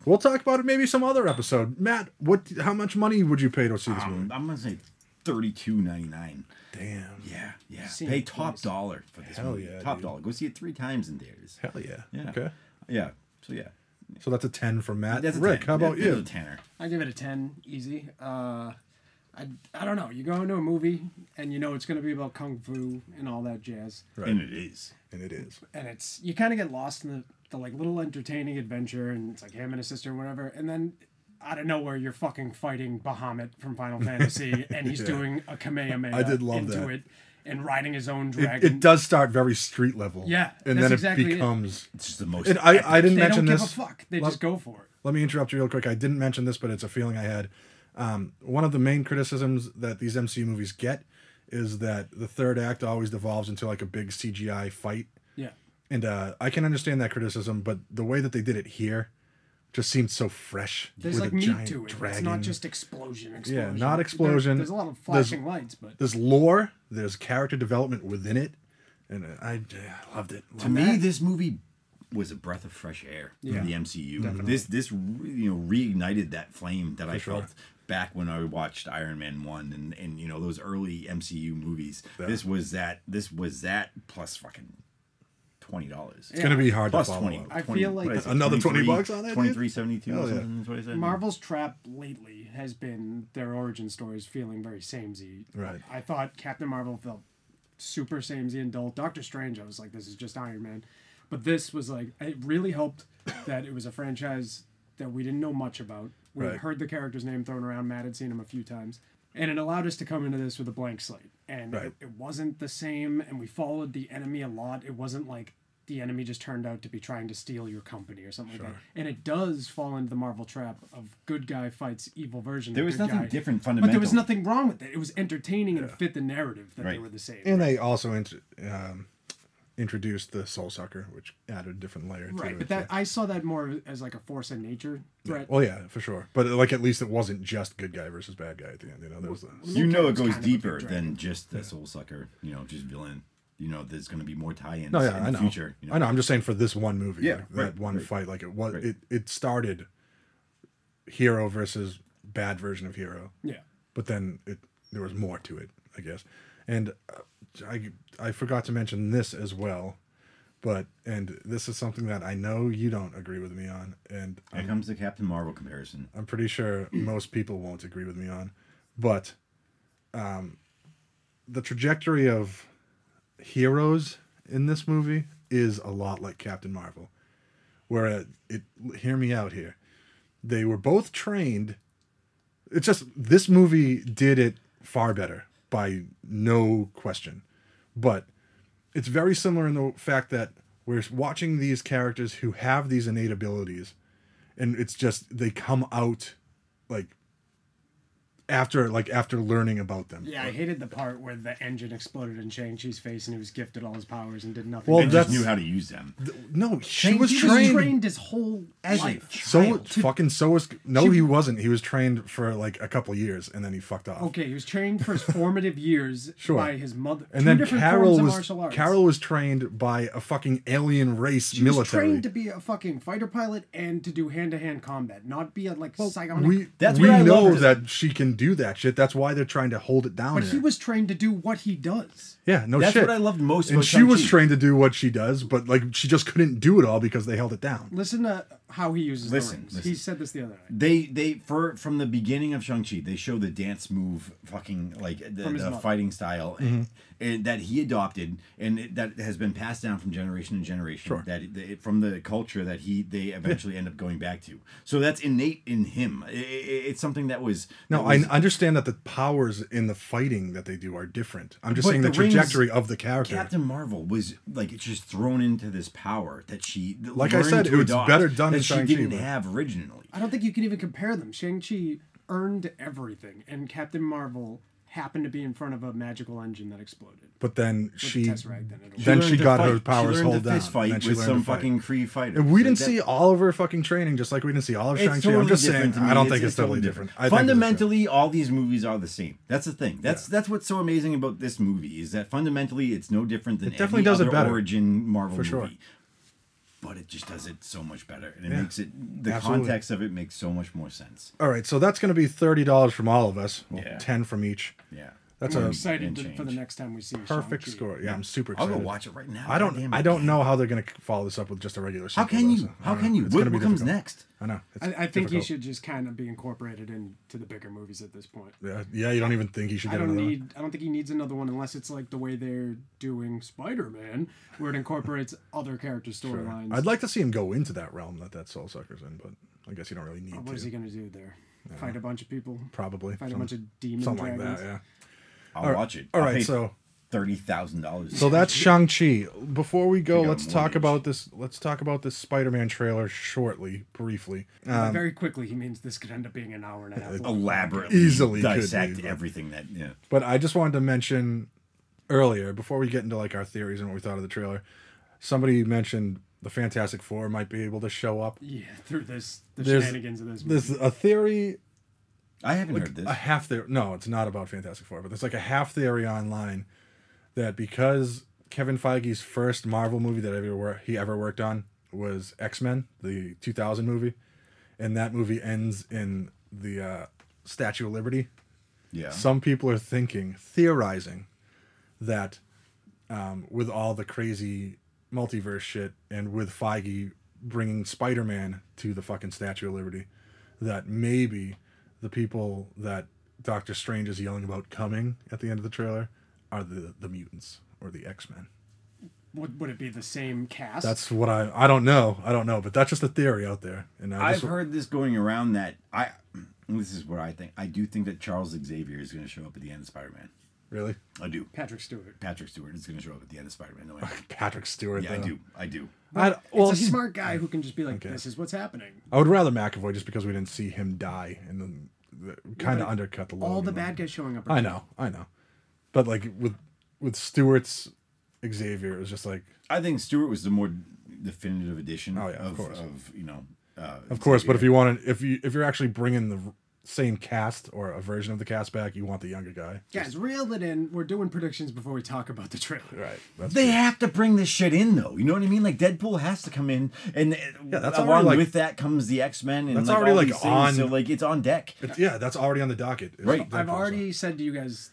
Speaker 2: We'll talk about it maybe some other episode. Matt, what? How much money would you pay to see this
Speaker 1: Um,
Speaker 2: movie?
Speaker 1: I'm gonna say thirty-two ninety-nine.
Speaker 2: Damn.
Speaker 1: Yeah, yeah.
Speaker 3: Seen
Speaker 1: Pay
Speaker 3: it
Speaker 1: top
Speaker 3: twice.
Speaker 1: dollar for this
Speaker 2: Hell
Speaker 1: movie.
Speaker 2: yeah,
Speaker 1: top
Speaker 2: dude.
Speaker 1: dollar. Go see it three times in theaters.
Speaker 2: Hell yeah.
Speaker 1: Yeah.
Speaker 2: Okay.
Speaker 1: Yeah. So yeah,
Speaker 2: So that's a 10 from Matt.
Speaker 1: That's a
Speaker 2: Rick,
Speaker 1: 10.
Speaker 2: how about
Speaker 1: That's
Speaker 2: you?
Speaker 1: A tenner.
Speaker 3: I give it a ten, easy. Uh, I I don't know. You go into a movie and you know it's going to be about kung fu and all that jazz,
Speaker 2: Right.
Speaker 1: And it is.
Speaker 2: And it is.
Speaker 3: and it's you kind of get lost in the, the like little entertaining adventure, and it's like him and his sister, and whatever, and then. Out of nowhere, you're fucking fighting Bahamut from Final Fantasy, and he's doing a Kamehameha
Speaker 2: I did love
Speaker 3: into
Speaker 2: that.
Speaker 3: it and riding his own
Speaker 2: It,
Speaker 3: dragon.
Speaker 2: it does start very street level.
Speaker 3: Yeah,
Speaker 2: And
Speaker 3: that's
Speaker 2: then
Speaker 3: exactly
Speaker 2: it
Speaker 3: it.
Speaker 2: becomes.
Speaker 1: It's just the most.
Speaker 2: And I, I didn't
Speaker 3: They
Speaker 2: mention
Speaker 3: don't give
Speaker 2: this.
Speaker 3: a fuck. They
Speaker 2: Let-
Speaker 3: just go for it.
Speaker 2: Let me interrupt you real quick. I didn't mention this, but it's a feeling I had. Um, one of the main criticisms that these MCU movies get is that the third act always devolves into like a big CGI fight.
Speaker 3: Yeah.
Speaker 2: And uh, I can understand that criticism, but the way that they did it here just seemed so fresh.
Speaker 3: There's
Speaker 2: with
Speaker 3: like
Speaker 2: a
Speaker 3: meat
Speaker 2: giant
Speaker 3: to it. It's
Speaker 2: dragon.
Speaker 3: not just explosion. explosion.
Speaker 2: not
Speaker 3: There-
Speaker 2: explosion.
Speaker 3: there's a lot of
Speaker 2: There's-
Speaker 3: flashing lights, but
Speaker 2: There's lore, there's character development within it, and uh, I yeah, I loved it.
Speaker 1: to me, this movie was a breath of fresh air for the MCU. This this re- you know reignited that flame that I felt back when I watched Iron Man one and and you know those early MCU movies. This was that. This was that plus fucking twenty dollars.
Speaker 2: It's gonna be hard
Speaker 1: Plus
Speaker 2: to follow
Speaker 1: 20,
Speaker 2: up.
Speaker 3: I
Speaker 1: 20
Speaker 3: feel like
Speaker 1: what did I say,
Speaker 2: Another 20
Speaker 1: 23,
Speaker 2: bucks on that, dude?
Speaker 1: 2372 or
Speaker 2: Hell yeah.
Speaker 1: something. That's what I said.
Speaker 3: Marvel's trap lately has been their origin stories feeling very samey.
Speaker 2: Right.
Speaker 3: I thought Captain Marvel felt super samey and dull. Doctor Strange, I was like, this is just Iron Man. But this was like, it really helped that it was a franchise that we didn't know much about. We
Speaker 2: Right.
Speaker 3: had heard the character's name thrown around. Matt had seen him a few times. And it allowed us to come into this with a blank slate. And
Speaker 2: Right.
Speaker 3: it, it wasn't the same. And we followed the enemy a lot. It wasn't like the enemy just turned out to be trying to steal your company or something like that. And it does fall into the Marvel trap of good guy fights evil version. of
Speaker 1: There was
Speaker 3: good
Speaker 1: nothing
Speaker 3: guy.
Speaker 1: different
Speaker 3: But there was
Speaker 1: fundamentally.
Speaker 3: nothing wrong with it. It was entertaining and it fit the narrative that they
Speaker 1: Right.
Speaker 3: were the same.
Speaker 2: And they also int- um, introduced the soul sucker, which added a different layer to
Speaker 3: right.
Speaker 2: it.
Speaker 3: But that
Speaker 2: yeah.
Speaker 3: I saw that more as like a force of nature threat.
Speaker 2: well, yeah, for sure. But like, at least it wasn't just good guy versus bad guy at the end. You know, there was the,
Speaker 1: you know it
Speaker 3: Kind
Speaker 1: goes
Speaker 3: of a big
Speaker 1: deeper
Speaker 3: dragon.
Speaker 1: than just the soul sucker. You know, just villain. You know, there's going to be more tie-ins
Speaker 2: no, Oh, yeah,
Speaker 1: in
Speaker 2: I
Speaker 1: the
Speaker 2: know.
Speaker 1: future. You
Speaker 2: I know. I'm just saying for this one movie,
Speaker 1: Yeah,
Speaker 2: like,
Speaker 1: right,
Speaker 2: that one
Speaker 1: right.
Speaker 2: fight, like it was,
Speaker 1: Right.
Speaker 2: it it started hero versus bad version of hero.
Speaker 3: Yeah.
Speaker 2: but then it there was more to it, I guess. And uh, I I forgot to mention this as well, but and this is something that I know you don't agree with me on, and
Speaker 1: Here comes the Captain Marvel comparison.
Speaker 2: I'm pretty sure most people won't agree with me on, but um, the trajectory of heroes in this movie is a lot like Captain Marvel, where it, it hear me out here, they were both trained. It's just this movie did it far better by no question, but it's very similar in the fact that we're watching these characters who have these innate abilities and it's just they come out like after like after learning about them
Speaker 3: Yeah, I hated the part where the engine exploded in Shang Chi's face and he was gifted all his powers and did nothing.
Speaker 2: Well,
Speaker 1: They
Speaker 3: with it.
Speaker 1: just
Speaker 2: that's-
Speaker 1: knew how to use them.
Speaker 2: no she
Speaker 1: Shang-Chi
Speaker 2: was
Speaker 3: he
Speaker 2: trained,
Speaker 3: was trained his whole life.
Speaker 2: so fucking so was no he wasn't he was trained for like a couple years and then he fucked off
Speaker 3: Okay, he was trained for his formative years
Speaker 2: Sure.
Speaker 3: by his mother.
Speaker 2: and
Speaker 3: two
Speaker 2: then
Speaker 3: different
Speaker 2: carol
Speaker 3: forms of
Speaker 2: was
Speaker 3: martial arts.
Speaker 2: carol was trained by a fucking alien race
Speaker 3: She was
Speaker 2: military
Speaker 3: trained to be a fucking fighter pilot and to do hand to hand combat, not be a like psionic.
Speaker 2: we
Speaker 1: That's
Speaker 2: we
Speaker 1: what I
Speaker 2: know
Speaker 1: loved.
Speaker 2: that she can do that shit. That's why they're trying to hold it down.
Speaker 3: but he
Speaker 2: there.
Speaker 3: was trained to do what he does.
Speaker 2: yeah, no
Speaker 1: That's
Speaker 2: shit.
Speaker 1: what I loved most
Speaker 2: And
Speaker 1: about
Speaker 2: she was
Speaker 1: Shang-Chi.
Speaker 2: trained to do what she does, but like she just couldn't do it all because they held it down.
Speaker 3: Listen to how he uses
Speaker 1: Listen,
Speaker 3: the rings.
Speaker 1: listen.
Speaker 3: He said this the other night.
Speaker 1: They they for from the beginning of Shang Chi, they show the dance move, fucking like the,
Speaker 3: From his
Speaker 1: the
Speaker 3: mother.
Speaker 1: fighting style,
Speaker 2: Mm-hmm.
Speaker 1: and, and that he adopted, and it, that has been passed down from generation to generation. That it, it- from the culture that he they eventually end up going back to. So that's innate in him. I- I- it's something that was
Speaker 2: No,
Speaker 1: that
Speaker 2: I
Speaker 1: was-
Speaker 2: n- understand that the powers in the fighting that they do are different. I'm just
Speaker 1: But
Speaker 2: saying the,
Speaker 1: the rings-
Speaker 2: trajectory of the character.
Speaker 1: Captain Marvel was like just thrown into this power that she
Speaker 2: Like I
Speaker 1: learned
Speaker 2: said,
Speaker 1: to
Speaker 2: it was
Speaker 1: adopt
Speaker 2: better done
Speaker 1: that
Speaker 2: in
Speaker 1: she
Speaker 2: Shang-Chi,
Speaker 1: didn't
Speaker 2: but-
Speaker 1: have originally.
Speaker 3: I don't think you can even compare them. Shang-Chi earned everything, and Captain Marvel happened to be in front of a magical engine that exploded.
Speaker 2: but then she
Speaker 3: Tesseract, then it'll- She
Speaker 2: then
Speaker 1: learned
Speaker 2: she
Speaker 1: to
Speaker 2: got
Speaker 1: fight.
Speaker 2: her powers
Speaker 1: she learned
Speaker 2: hold
Speaker 1: to
Speaker 2: down.
Speaker 1: Fist fight
Speaker 2: and then she
Speaker 1: with
Speaker 2: learned
Speaker 1: some
Speaker 2: to fight.
Speaker 1: fucking Kree fighter.
Speaker 2: And we
Speaker 1: Like
Speaker 2: didn't
Speaker 1: that-
Speaker 2: see all of her fucking training, just like we didn't see all of
Speaker 1: It's
Speaker 2: Shang Chi.
Speaker 1: totally
Speaker 2: I'm just saying,
Speaker 1: different to me.
Speaker 2: I don't think it's, totally different. I think it's different.
Speaker 1: fundamentally, all these movies are the same. That's the thing. That's that's what's so amazing about this movie is that fundamentally, it's no different than
Speaker 2: definitely
Speaker 1: any
Speaker 2: does it
Speaker 1: other
Speaker 2: better.
Speaker 1: origin Marvel
Speaker 2: For sure.
Speaker 1: movie. But it just does it so much better, and it
Speaker 2: Yeah.
Speaker 1: makes it the
Speaker 2: Absolutely.
Speaker 1: context of it makes so much more sense.
Speaker 2: all right, so that's going to be thirty dollars from all of us, well,
Speaker 1: Yeah.
Speaker 2: ten from each.
Speaker 1: Yeah.
Speaker 2: That's
Speaker 3: I'm
Speaker 2: a
Speaker 3: excited
Speaker 1: and
Speaker 3: to, for the
Speaker 1: change.
Speaker 3: next time we see
Speaker 2: perfect
Speaker 3: Shang-Chi.
Speaker 2: score. Yeah, I'm super
Speaker 1: I'll
Speaker 2: excited.
Speaker 1: go watch it right now.
Speaker 2: I don't.
Speaker 1: Goddamn it.
Speaker 2: I don't know how they're gonna follow this up with just a regular.
Speaker 1: How
Speaker 2: sequel,
Speaker 1: can
Speaker 2: though,
Speaker 1: you?
Speaker 2: so I
Speaker 1: How
Speaker 2: don't
Speaker 1: can
Speaker 2: know.
Speaker 1: you?
Speaker 2: It's
Speaker 1: What,
Speaker 2: gonna be
Speaker 1: what comes
Speaker 2: difficult.
Speaker 1: next?
Speaker 2: I know. It's
Speaker 3: I, I think he
Speaker 2: difficult.
Speaker 3: should just kind of be incorporated into the bigger movies at this point.
Speaker 2: Yeah, yeah. You don't even think he should
Speaker 3: I
Speaker 2: get
Speaker 3: don't
Speaker 2: another. one.
Speaker 3: need. I don't think he needs another one unless it's like the way they're doing Spider-Man, where it incorporates other character storylines.
Speaker 2: I'd like to see him go into that realm that that soul sucker's in, but I guess you don't really need
Speaker 3: What
Speaker 2: to.
Speaker 3: is he gonna do there? Fight a bunch of people.
Speaker 2: Probably
Speaker 3: Fight a
Speaker 2: some-
Speaker 3: bunch of demon
Speaker 2: something like
Speaker 3: dragons.
Speaker 2: that. Yeah.
Speaker 1: I'll watch it.
Speaker 2: All
Speaker 1: I'll
Speaker 2: right,
Speaker 1: pay
Speaker 2: so
Speaker 1: thirty thousand dollars.
Speaker 2: so that's Shang Chi. Before we go,
Speaker 1: Take out
Speaker 2: let's
Speaker 1: one
Speaker 2: talk
Speaker 1: each.
Speaker 2: about this. Let's talk about this Spider-Man trailer shortly, briefly. Um,
Speaker 3: But very quickly, he means this could end up being an hour and a half. long.
Speaker 1: elaborately
Speaker 2: Easily could
Speaker 1: dissect
Speaker 2: be, but-
Speaker 1: everything that yeah.
Speaker 2: But I just wanted to mention earlier, before we get into like our theories and what we thought of the trailer, somebody mentioned the Fantastic Four might be able to show up.
Speaker 3: Yeah, through this the
Speaker 2: There's-
Speaker 3: shenanigans of this movie.
Speaker 2: There's a theory,
Speaker 1: I haven't heard this.
Speaker 2: a half theory. No, it's not about Fantastic Four, but there's like a half theory online that because Kevin Feige's first Marvel movie that ever wor- he ever worked on was X Men, the 2000 movie, and that movie ends in the uh, Statue of Liberty.
Speaker 1: yeah.
Speaker 2: some people are thinking, theorizing, that um, with all the crazy multiverse shit and with Feige bringing Spider Man to the fucking Statue of Liberty, that maybe the people that Doctor Strange is yelling about coming at the end of the trailer are the, the mutants or the X Men.
Speaker 3: would, would it be the same cast?
Speaker 2: That's what I I don't know I don't know but that's just a theory out there and I
Speaker 1: I've
Speaker 2: just,
Speaker 1: heard this going around that I. This is what I think. I do think that Charles Xavier is going to show up at the end of Spider Man.
Speaker 2: really
Speaker 1: I do.
Speaker 3: Patrick Stewart.
Speaker 1: Patrick Stewart is going to show up at the end of Spider Man. No, I don't.
Speaker 2: Patrick Stewart
Speaker 1: yeah, I
Speaker 2: though.
Speaker 1: do. I do.
Speaker 2: I, well
Speaker 3: it's a
Speaker 2: he's-
Speaker 3: smart guy who can just be like, "This is what's happening."
Speaker 2: I would rather McAvoy just because we didn't see him die and then kind of undercut the
Speaker 3: All
Speaker 2: Logan
Speaker 3: the
Speaker 2: one.
Speaker 3: bad guys showing up. are
Speaker 2: I know, I know, but like with with Stewart's Xavier, it was just like,
Speaker 1: I think Stewart was the more definitive edition.
Speaker 2: Oh, yeah, of
Speaker 1: of,
Speaker 2: course.
Speaker 1: of, you know. Uh,
Speaker 2: of course. But if you want to, if you if you're actually bringing the same cast or a version of the cast back, you want the younger guy,
Speaker 3: Guys, reel it in. We're doing predictions before we talk about the trailer.
Speaker 2: right? That's
Speaker 1: They have to bring this shit in, though. You know what I mean? Like Deadpool has to come in, and uh,
Speaker 2: that's
Speaker 1: along
Speaker 2: already, like-
Speaker 1: with that comes the X Men, and
Speaker 2: That's
Speaker 1: like,
Speaker 2: already,
Speaker 1: all
Speaker 2: like,
Speaker 1: these
Speaker 2: on-
Speaker 1: things. So like it's on deck.
Speaker 2: It's- yeah, that's already on the docket. It's
Speaker 1: Right.
Speaker 3: I've
Speaker 2: Deadpool, so-
Speaker 3: already said to you guys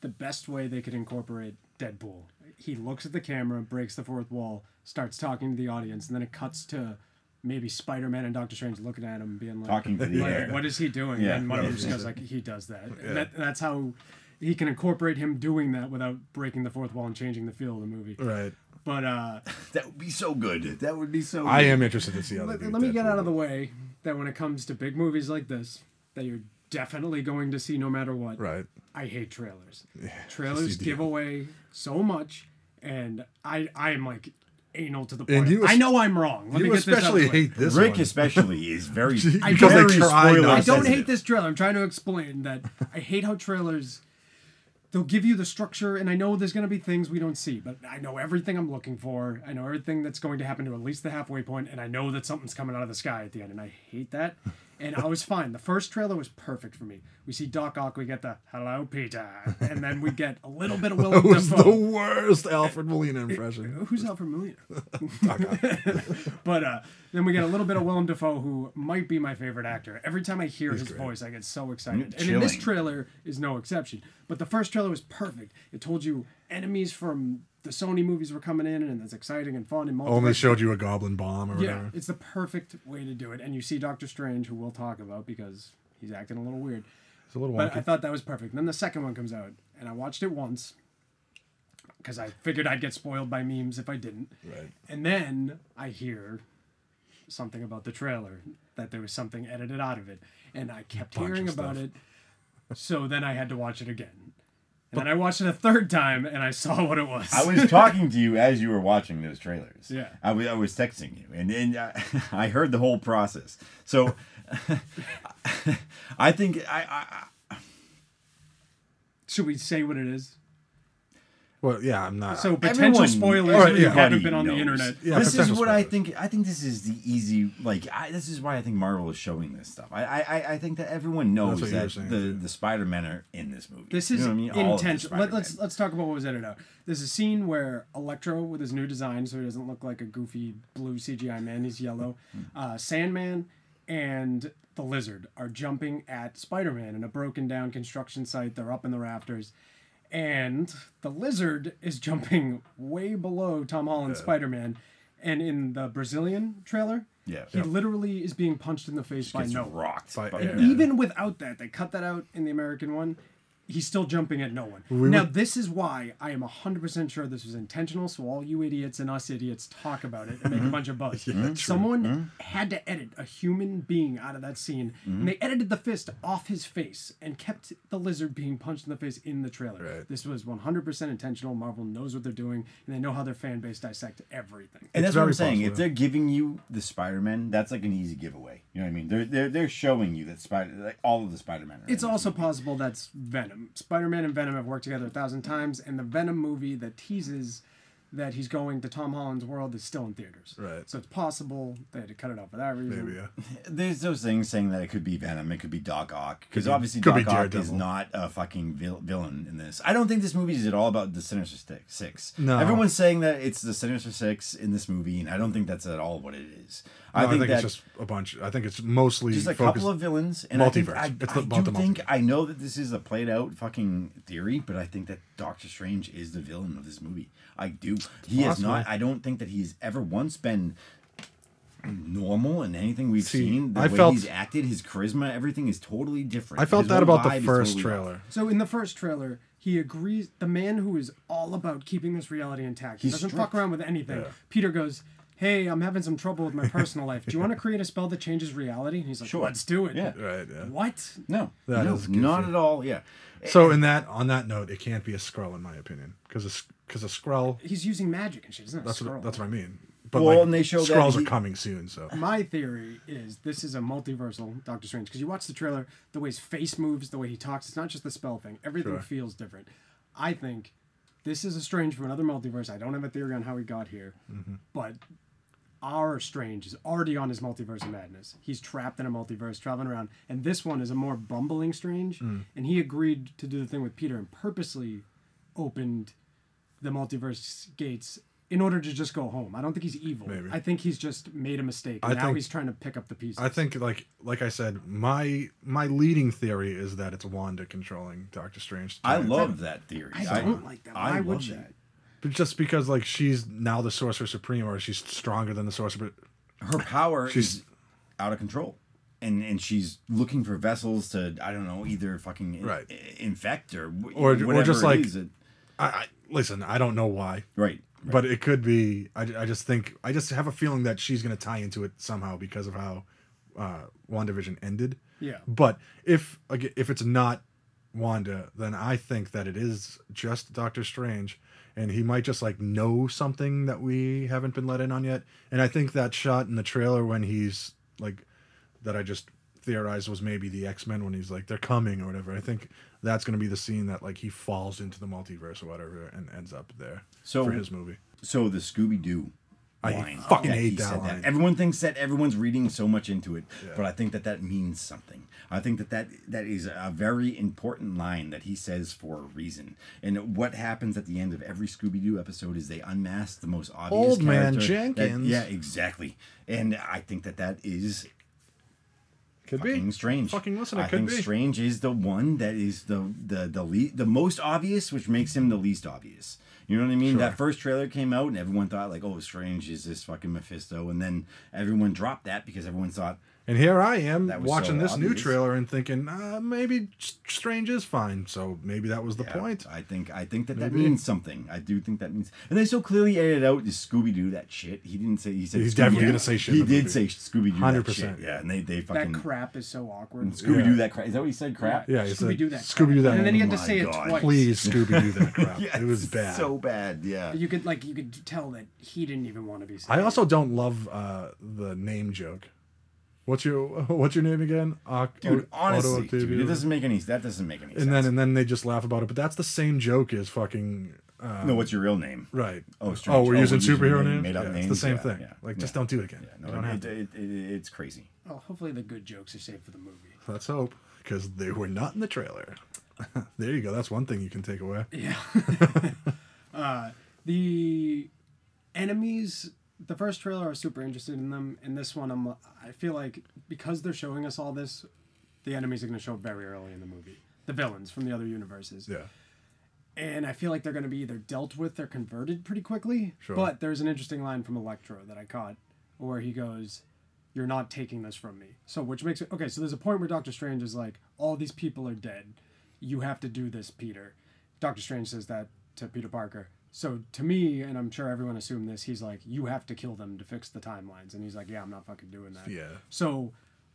Speaker 3: the best way they could incorporate Deadpool. He looks at the camera, breaks the fourth wall, starts talking to the audience, and then it cuts to maybe Spider Man and Doctor Strange looking at him, being like,
Speaker 1: Talking to the
Speaker 3: like,
Speaker 1: air.
Speaker 3: What is he doing?
Speaker 1: Yeah.
Speaker 3: And one of them just goes like, "He does that." And that that's how he can incorporate him doing that without breaking the fourth wall and changing the feel of the movie.
Speaker 2: right.
Speaker 3: But uh,
Speaker 1: That would be so good. That would be so.
Speaker 2: I
Speaker 1: good.
Speaker 2: am interested to see how they
Speaker 3: let,
Speaker 2: do
Speaker 3: let me get
Speaker 2: Deadpool.
Speaker 3: out of the way that when it comes to big movies like this, that you're definitely going to see no matter what.
Speaker 2: right.
Speaker 3: I hate trailers. trailers
Speaker 2: you do.
Speaker 3: give away so much, and I I am like anal to the point.
Speaker 2: And you
Speaker 3: of- I
Speaker 2: es-
Speaker 3: know I'm wrong. Let
Speaker 2: You
Speaker 3: me get this out of
Speaker 2: especially
Speaker 3: the way.
Speaker 2: hate this
Speaker 1: Rick
Speaker 2: one.
Speaker 1: especially is very
Speaker 2: Because
Speaker 3: they
Speaker 1: very
Speaker 2: try
Speaker 1: spoiler
Speaker 2: not
Speaker 3: I
Speaker 2: to.
Speaker 3: don't
Speaker 1: sensitive.
Speaker 3: hate this trailer. I'm trying to explain that I hate how trailers. They'll give you the structure, and I know there's going to be things we don't see, but I know everything I'm looking for. I know everything that's going to happen to at least the halfway point, and I know that something's coming out of the sky at the end, and I hate that. And I was fine. The first trailer was perfect for me. We see Doc Ock, we get the "Hello, Peter," and then we get a little bit of Willem
Speaker 2: It was the
Speaker 3: Dafoe.
Speaker 2: worst Alfred Molina impression.
Speaker 3: Who's Alfred Molina?
Speaker 2: Fuck off.
Speaker 3: But uh, then we get a little bit of Willem Dafoe, who might be my favorite actor. Every time I hear his voice, I get so excited. And in this
Speaker 1: chilling.
Speaker 3: trailer is no exception. But the first trailer was perfect. It told you enemies from the Sony movies were coming in, and it's exciting and fun and multiple.
Speaker 2: Only showed you a goblin bomb or
Speaker 3: yeah,
Speaker 2: whatever.
Speaker 3: it's the perfect way to do it. And you see Doctor Strange, who we'll talk about because he's acting a little weird.
Speaker 2: It's a little
Speaker 3: But I
Speaker 2: wonky.
Speaker 3: thought that was perfect. Then the second one comes out, and I watched it once because I figured I'd get spoiled by memes if I didn't.
Speaker 2: Right.
Speaker 3: And then I hear something about the trailer that there was something edited out of it, and I kept
Speaker 2: Bunch of
Speaker 3: hearing about
Speaker 2: stuff.
Speaker 3: it. So then I had to watch it again, and then I watched it a third time, and I saw what it was.
Speaker 1: I was talking to you as you were watching those trailers.
Speaker 3: Yeah.
Speaker 1: I wa- I was texting you, and then I, I heard the whole process. So, I think I, I
Speaker 3: Should we say what it is?
Speaker 2: Well, yeah, I'm not.
Speaker 3: So potential
Speaker 1: Everyone-
Speaker 3: spoilers
Speaker 2: Alright,
Speaker 3: if you
Speaker 2: yeah.
Speaker 3: haven't been on the
Speaker 1: knows.
Speaker 3: internet.
Speaker 2: Yeah,
Speaker 1: this is
Speaker 2: potential
Speaker 1: what I
Speaker 2: spoilers.
Speaker 1: think. I think this is the easy. Like, I, this is why I think Marvel is showing this stuff. I, I, I- I think that everyone knows
Speaker 2: what you were
Speaker 1: that
Speaker 2: saying,
Speaker 1: the the Spider Men are in this movie.
Speaker 3: This
Speaker 1: You
Speaker 3: is
Speaker 1: know what I mean? All of the
Speaker 3: intentional. Let, let's
Speaker 1: Spider-Men.
Speaker 3: let's talk about what was edited out. There's a scene where Electro, with his new design, so he doesn't look like a goofy blue CGI man. He's yellow.
Speaker 1: Hmm.
Speaker 3: Uh, Sandman and the Lizard are jumping at Spider-Man in a broken down construction site. They're up in the rafters, and the lizard is jumping way below Tom Holland's Spider Man. And in the Brazilian trailer,
Speaker 1: Yeah.
Speaker 3: he
Speaker 1: Yeah.
Speaker 3: literally is being punched in the face by
Speaker 1: Gets
Speaker 3: no
Speaker 1: rocked.
Speaker 2: By-
Speaker 1: by-
Speaker 2: yeah.
Speaker 1: yeah.
Speaker 3: even without that, they cut that out in the American one. He's still jumping at no one.
Speaker 2: We
Speaker 3: now,
Speaker 2: would-
Speaker 3: this is why I am 100% sure this was intentional. So, all you idiots and us idiots talk about it and make a
Speaker 2: Mm-hmm.
Speaker 3: bunch of buzz. Someone had to edit a human being out of that scene,
Speaker 2: Mm-hmm.
Speaker 3: and they edited the fist off his face and kept the lizard being punched in the face in the trailer.
Speaker 2: Right.
Speaker 3: This was 100% intentional. Marvel knows what they're doing, and they know how their fan base dissects everything.
Speaker 1: And
Speaker 2: It's
Speaker 1: that's what I'm
Speaker 2: very
Speaker 1: saying.
Speaker 2: possible.
Speaker 1: If they're giving you the Spider-Man, that's like an easy giveaway. You know what I mean? They're they're, they're showing you that Spider like all of the Spider-Man.
Speaker 3: It's also possible that's Venom. Spider Man and Venom have worked together a thousand times, and the Venom movie that teases that he's going to Tom Holland's world is still in theaters.
Speaker 2: Right.
Speaker 3: So it's possible they had to cut it off for that reason.
Speaker 2: Maybe, yeah.
Speaker 1: there's those things saying that it could be Venom, it could be Doc Ock, because obviously
Speaker 2: could
Speaker 1: Doc
Speaker 2: be
Speaker 1: Ock is
Speaker 2: Daredevil.
Speaker 1: not a fucking vil- villain in this. I don't think this movie is at all about the Sinister Stick- Six.
Speaker 2: No.
Speaker 1: everyone's saying that it's the Sinister Six in this movie, and I don't think that's at all what it is.
Speaker 2: No, I think,
Speaker 1: that
Speaker 2: it's just a bunch. I think it's mostly
Speaker 1: just a
Speaker 2: focused.
Speaker 1: couple of villains and I think-
Speaker 2: Multiverse.
Speaker 1: I,
Speaker 2: It's
Speaker 1: I
Speaker 2: about
Speaker 1: do
Speaker 2: the
Speaker 1: think
Speaker 2: multiverse.
Speaker 1: I know that this is a played out fucking theory, but I think that Doctor Strange is the villain of this movie. I do. He has
Speaker 2: Possible.
Speaker 1: not. I don't think that he's ever once been normal in anything we've
Speaker 2: See,
Speaker 1: seen. The
Speaker 2: I
Speaker 1: way
Speaker 2: felt-
Speaker 1: he's acted, his charisma, everything is totally different.
Speaker 2: I felt
Speaker 1: His
Speaker 2: that
Speaker 1: whole
Speaker 2: about
Speaker 1: vibe
Speaker 2: the
Speaker 1: is
Speaker 2: first
Speaker 1: totally off.
Speaker 2: trailer.
Speaker 3: So in the first trailer, he agrees. The man who is all about keeping this reality intact, he
Speaker 1: He's
Speaker 3: doesn't
Speaker 1: strict.
Speaker 3: fuck around with anything. Peter goes, "Hey, I'm having some trouble with my personal life. Do you want to create a spell that changes reality?" And he's like,
Speaker 1: Sure.
Speaker 3: "Let's do it."
Speaker 1: Yeah.
Speaker 2: Right. Yeah.
Speaker 3: What?
Speaker 1: No,
Speaker 2: That
Speaker 1: no,
Speaker 2: is goofy.
Speaker 1: not at all. Yeah,
Speaker 2: So in that on that note, it can't be a Skrull in my opinion, because a because a Skrull.
Speaker 3: He's using magic and shit. It's not a
Speaker 2: That's
Speaker 3: scroll.
Speaker 2: what that's what I mean. But
Speaker 1: Well,
Speaker 2: like,
Speaker 1: and they show that
Speaker 2: Skrulls
Speaker 1: he-
Speaker 2: are coming soon, so
Speaker 3: My theory is this is a multiversal Doctor Strange because you watch the trailer, the way his face moves, the way he talks, it's not just the spell thing. Everything
Speaker 2: Sure.
Speaker 3: feels different. I think this is a Strange from another multiverse. I don't have a theory on how he got here,
Speaker 2: Mm-hmm.
Speaker 3: but our Strange is already on his multiverse of madness. He's trapped in a multiverse, traveling around, and this one is a more bumbling Strange,
Speaker 2: Mm.
Speaker 3: and he agreed to do the thing with Peter and purposely opened the multiverse gates in order to just go home. I don't think he's evil.
Speaker 2: Maybe.
Speaker 3: I think he's just made a mistake.
Speaker 2: I
Speaker 3: now
Speaker 2: think-
Speaker 3: he's trying to pick up the pieces.
Speaker 2: I think like like I said, my my leading theory is that it's Wanda controlling Doctor Strange.
Speaker 1: I love that theory.
Speaker 3: I don't like that. Why would
Speaker 1: love
Speaker 3: you?
Speaker 2: But just because like she's now the Sorcerer Supreme, or she's stronger than the Sorcerer.
Speaker 1: her power
Speaker 2: She's-
Speaker 1: is out of control. And, and she's looking for vessels to I don't know either fucking in-
Speaker 2: Right.
Speaker 1: infect or wh-
Speaker 2: Or- or
Speaker 1: whatever
Speaker 2: just
Speaker 1: it
Speaker 2: like-
Speaker 1: is that-
Speaker 2: I, I listen. I don't know why,
Speaker 1: right right.
Speaker 2: but it could be. I, I just think I just have a feeling that she's gonna tie into it somehow because of how uh, WandaVision ended.
Speaker 3: Yeah.
Speaker 2: But if aga- if it's not Wanda, then I think that it is just Doctor Strange, and he might just like know something that we haven't been let in on yet. And I think that shot in the trailer when he's like, that I just theorized was maybe the X Men when he's like, they're coming or whatever. I think that's gonna be the scene that like he falls into the multiverse or whatever and ends up there
Speaker 1: So-
Speaker 2: for his movie.
Speaker 1: so the Scooby Doo.
Speaker 2: I fucking hate that line.
Speaker 1: Everyone thinks that everyone's reading so much into it, but I think that that means something. I think that, that that is a very important line that he says for a reason. And what happens at the end of every Scooby Doo episode is they unmask the most obvious
Speaker 2: Old man
Speaker 1: character that-
Speaker 2: Jenkins.
Speaker 1: yeah, exactly. And I think that that is
Speaker 2: Could
Speaker 1: fucking strange.
Speaker 2: Fucking listen, it
Speaker 1: I
Speaker 2: could
Speaker 1: think
Speaker 2: be.
Speaker 1: strange is the one that is the the the le- the most obvious, which makes him the least obvious. You know what I mean? That first trailer came out, and everyone thought like, "Oh, strange is this fucking Mephisto," and then everyone dropped that because everyone thought,
Speaker 2: And here I am
Speaker 1: That was
Speaker 2: watching
Speaker 1: so
Speaker 2: this new
Speaker 1: obvious.
Speaker 2: trailer and thinking, uh, maybe S- Strange is fine. So maybe that was the
Speaker 1: yeah,
Speaker 2: point.
Speaker 1: uh, I think I think that that means something. I do think that means, and they so clearly edited out the Scooby Doo that shit. He didn't say he said
Speaker 2: He's definitely
Speaker 1: Scooby-Doo.
Speaker 2: gonna say shit
Speaker 1: He
Speaker 2: in the
Speaker 1: did say
Speaker 2: movie.
Speaker 1: Scooby Doo. Hundred
Speaker 2: 100%.
Speaker 1: percent. Yeah, and they they
Speaker 3: That
Speaker 1: fucking
Speaker 3: crap is so awkward.
Speaker 1: Scooby Doo that crap. Is that what he said? Crap.
Speaker 2: Yeah, he said,
Speaker 3: Scooby Doo that.
Speaker 2: Scooby-Doo
Speaker 3: crap.
Speaker 2: that
Speaker 3: And then he
Speaker 2: one. Oh
Speaker 3: had to
Speaker 1: My
Speaker 3: say it
Speaker 1: God.
Speaker 3: twice.
Speaker 2: Please, Scooby Doo that crap.
Speaker 1: Yeah,
Speaker 2: it was
Speaker 1: it's
Speaker 2: bad.
Speaker 1: So bad. Yeah.
Speaker 3: You could like you could tell that he didn't even want to be.
Speaker 2: I
Speaker 3: saved.
Speaker 2: also don't love uh, the name joke. What's your What's your name again? Oc-
Speaker 1: Dude,
Speaker 2: Otto
Speaker 1: honestly,
Speaker 2: Octavio.
Speaker 1: dude, it doesn't make any. That doesn't make any sense.
Speaker 2: and then and then they just laugh about it. But that's the same joke as fucking uh,
Speaker 1: no, what's your real name?
Speaker 2: right.
Speaker 1: Oh, strange.
Speaker 2: we're
Speaker 1: Oh,
Speaker 2: using
Speaker 1: we're using
Speaker 2: superhero
Speaker 1: name-
Speaker 2: names.
Speaker 1: made up
Speaker 2: yeah, It's the
Speaker 1: names?
Speaker 2: same
Speaker 1: Yeah,
Speaker 2: thing.
Speaker 1: yeah,
Speaker 2: like,
Speaker 1: yeah.
Speaker 2: just don't do it again.
Speaker 1: Yeah, no,
Speaker 2: you don't
Speaker 1: it-
Speaker 2: have
Speaker 1: it,
Speaker 2: to.
Speaker 1: it, it- it's crazy.
Speaker 3: Oh, hopefully the good jokes are saved for the movie.
Speaker 2: Let's hope, because they were not in the trailer. there you go. That's one thing you can take away.
Speaker 3: Yeah. uh, the enemies. The first trailer, I was super interested in them, and this one, I'm. I feel like because they're showing us all this, the enemies are going to show up very early in the movie. The villains from the other universes.
Speaker 2: Yeah.
Speaker 3: and I feel like they're going to be either dealt with or converted pretty quickly.
Speaker 2: Sure.
Speaker 3: But there's an interesting line from Electro that I caught where he goes, You're not taking this from me. So, which makes it okay. So, there's a point where Doctor Strange is like, All these people are dead. You have to do this, Peter. Doctor Strange says that to Peter Parker. So, to me, and I'm sure everyone assumed this, he's like, You have to kill them to fix the timelines. And he's like, Yeah, I'm not fucking doing that.
Speaker 2: Yeah.
Speaker 3: So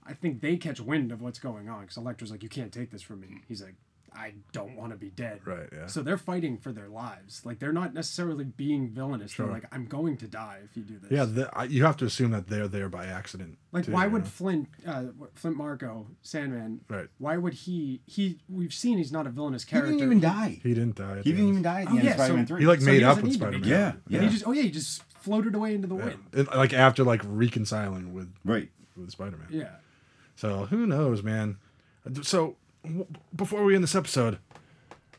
Speaker 3: I think they catch wind of what's going on because Electra's like, you can't take this from me. He's like, I don't want to be dead.
Speaker 2: Right, yeah.
Speaker 3: So they're fighting for their lives. Like they're not necessarily being villainous. They're
Speaker 2: Sure.
Speaker 3: like, I'm going to die if you do this.
Speaker 2: Yeah, the, I, you have to assume that they're there by accident.
Speaker 3: Like
Speaker 2: too,
Speaker 3: why
Speaker 2: you
Speaker 3: would
Speaker 2: know?
Speaker 3: Flint, uh, Flint Marco, Sandman?
Speaker 2: Right.
Speaker 3: Why would he? He we've seen he's not a villainous
Speaker 1: He
Speaker 3: character.
Speaker 1: didn't even die.
Speaker 2: he didn't die? at
Speaker 1: He
Speaker 2: the
Speaker 1: didn't
Speaker 2: end.
Speaker 1: even die at the
Speaker 3: Oh,
Speaker 1: end
Speaker 3: yeah,
Speaker 1: of Spider-Man
Speaker 3: so-
Speaker 1: 3.
Speaker 2: He like
Speaker 3: So
Speaker 2: made
Speaker 3: he
Speaker 2: up
Speaker 3: doesn't
Speaker 2: with
Speaker 3: need to be
Speaker 2: Spider Man.
Speaker 3: dead.
Speaker 1: yeah,
Speaker 3: And
Speaker 1: yeah.
Speaker 3: he just oh yeah he just floated away into the wind.
Speaker 2: like after like reconciling with
Speaker 1: right.
Speaker 2: with Spider Man.
Speaker 3: Yeah.
Speaker 2: So who knows, man? So w- before we end this episode,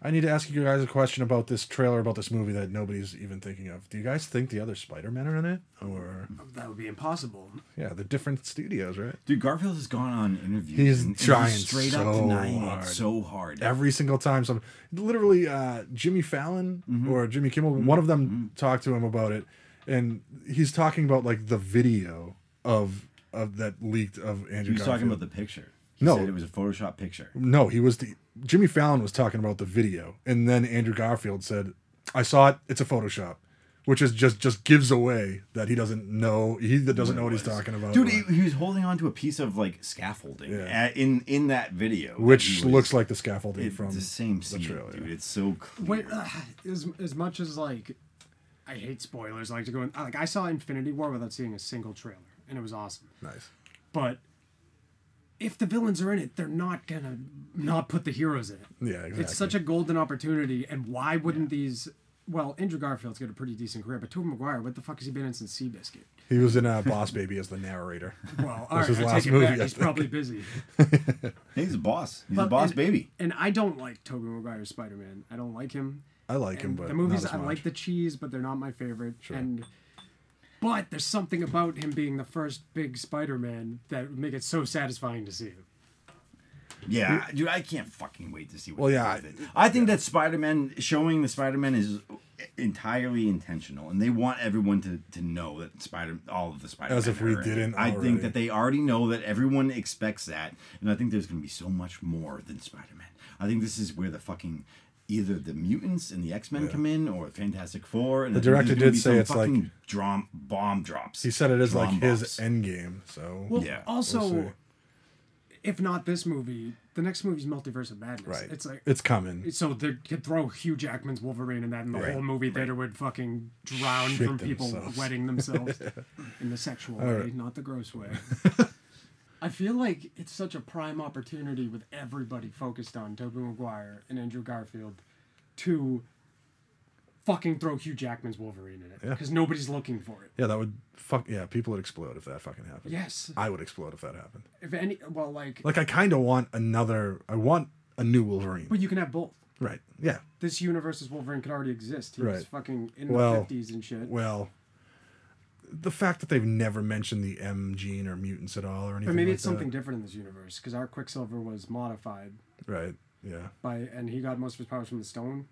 Speaker 2: I need to ask you guys a question about this trailer about this movie that nobody's even thinking of. Do you guys think the other Spider Men are in it, or
Speaker 3: That would be impossible.
Speaker 2: yeah, the different studios, right?
Speaker 1: Dude, Garfield has gone on interviews.
Speaker 2: He's
Speaker 1: and, and
Speaker 2: trying
Speaker 1: straight up
Speaker 2: so
Speaker 1: denying
Speaker 2: hard.
Speaker 1: it so hard.
Speaker 2: Every single time, some literally uh, Jimmy Fallon
Speaker 3: Mm-hmm.
Speaker 2: or Jimmy Kimmel, one of them talked to him about it, and he's talking about like the video of of that leaked of
Speaker 1: he
Speaker 2: Andrew.
Speaker 1: was talking
Speaker 2: Garfield.
Speaker 1: about the picture. He
Speaker 2: No.
Speaker 1: said it was a Photoshop picture.
Speaker 2: No, he was the Jimmy Fallon was talking about the video, and then Andrew Garfield said, "I saw it. It's a Photoshop," which is just just gives away that he doesn't know he that doesn't know what he's talking about,
Speaker 1: Dude, he, he was holding on to a piece of like scaffolding
Speaker 2: Yeah.
Speaker 1: a- in in that video, that
Speaker 2: which
Speaker 1: he was-
Speaker 2: looks like the scaffolding
Speaker 1: it-
Speaker 2: from
Speaker 1: the same scene,
Speaker 2: trailer.
Speaker 1: dude. It's so clear.
Speaker 3: Wait, uh, as as much as like, I hate spoilers. I like to go in, like I saw Infinity War without seeing a single trailer, and it was awesome.
Speaker 2: Nice.
Speaker 3: But if the villains are in it, they're not gonna not put the heroes in it.
Speaker 2: Yeah, exactly.
Speaker 3: It's such a golden opportunity, and why wouldn't these? Well, Andrew Garfield's got a pretty decent career, but Tobey Maguire, what the fuck has he been in since Seabiscuit?
Speaker 2: he was in uh, Boss Baby as the narrator.
Speaker 3: Well, all right,
Speaker 2: his
Speaker 3: I
Speaker 2: last
Speaker 3: take it
Speaker 2: movie,
Speaker 3: back.
Speaker 2: I
Speaker 3: He's
Speaker 2: think.
Speaker 3: probably busy.
Speaker 1: He's a boss. He's a
Speaker 3: But-
Speaker 1: boss
Speaker 3: and-
Speaker 1: baby.
Speaker 3: And I don't like Tobey Maguire's Spider Man. I don't like him.
Speaker 2: I like him,
Speaker 3: And
Speaker 2: but
Speaker 3: the movies
Speaker 2: not as
Speaker 3: I like
Speaker 2: much.
Speaker 3: the cheese, but they're not my favorite. And but there's something about him being the first big Spider-Man that would make it so satisfying to see him.
Speaker 1: Yeah, dude, I can't fucking wait to see what.
Speaker 2: Well,
Speaker 1: they
Speaker 2: yeah,
Speaker 1: do with it. I think that Spider-Man showing the Spider-Man is entirely intentional, and they want everyone to, to know that Spider all of the Spider.
Speaker 2: As if we didn't
Speaker 1: I
Speaker 2: already.
Speaker 1: think that they already know that everyone expects that, and I think there's going to be so much more than Spider-Man. I think this is where the fucking. Either the mutants and the X Men come in, or Fantastic Four. And
Speaker 2: The
Speaker 1: I think there's
Speaker 2: director
Speaker 1: gonna
Speaker 2: did
Speaker 1: be
Speaker 2: say
Speaker 1: some
Speaker 2: it's like-
Speaker 1: fucking drum, bomb drops.
Speaker 2: He said it is like
Speaker 1: Drum
Speaker 2: his
Speaker 1: bombs.
Speaker 2: end game. So
Speaker 3: Well,
Speaker 1: Yeah,
Speaker 3: also,
Speaker 2: we'll see.
Speaker 3: if not this movie, the next movie's Multiverse of Madness.
Speaker 2: right,
Speaker 3: It's like
Speaker 2: it's coming.
Speaker 3: so they could throw Hugh Jackman's Wolverine in that, and the whole movie theater would fucking drown
Speaker 2: Shit
Speaker 3: from people
Speaker 2: themselves.
Speaker 3: wetting themselves in the sexual way, not the gross way. I feel like it's such a prime opportunity with everybody focused on Tobey Maguire and Andrew Garfield to fucking throw Hugh Jackman's Wolverine in it because nobody's looking for it.
Speaker 2: Yeah, that would fuck. Yeah, people would explode if that fucking happened.
Speaker 3: Yes,
Speaker 2: I would explode if that happened.
Speaker 3: if any, well, like,
Speaker 2: Like I kind of want another. I want a new Wolverine.
Speaker 3: but you can have both.
Speaker 2: Right. Yeah.
Speaker 3: This universe's Wolverine could already exist. He was
Speaker 2: Right.
Speaker 3: fucking in
Speaker 2: Well,
Speaker 3: the fifties and shit.
Speaker 2: Well, the fact that they've never mentioned the M gene or mutants at all or anything.
Speaker 3: But maybe
Speaker 2: like
Speaker 3: it's something
Speaker 2: that.
Speaker 3: different in this universe because our Quicksilver was modified
Speaker 2: Right. Yeah.
Speaker 3: by, and he got most of his powers from the stone.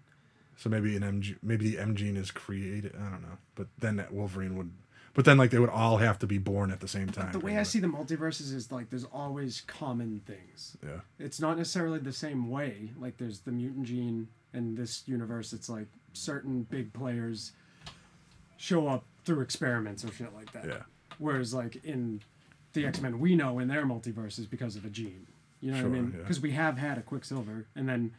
Speaker 2: So maybe an M gene. Maybe the M gene is created. I don't know. But then that Wolverine would. But then like they would all have to be born at the same time.
Speaker 3: The way
Speaker 2: pretty
Speaker 3: I
Speaker 2: much.
Speaker 3: see the multiverses is like there's always common things.
Speaker 2: Yeah.
Speaker 3: It's not necessarily the same way. Like there's the mutant gene, and this universe, it's like certain big players show up through experiments or shit like that.
Speaker 2: Yeah.
Speaker 3: Whereas like in the X Men, we know in their multiverse is because of a gene. You know what I
Speaker 2: Sure,
Speaker 3: mean?
Speaker 2: yeah.
Speaker 3: Because we have had a Quicksilver, and then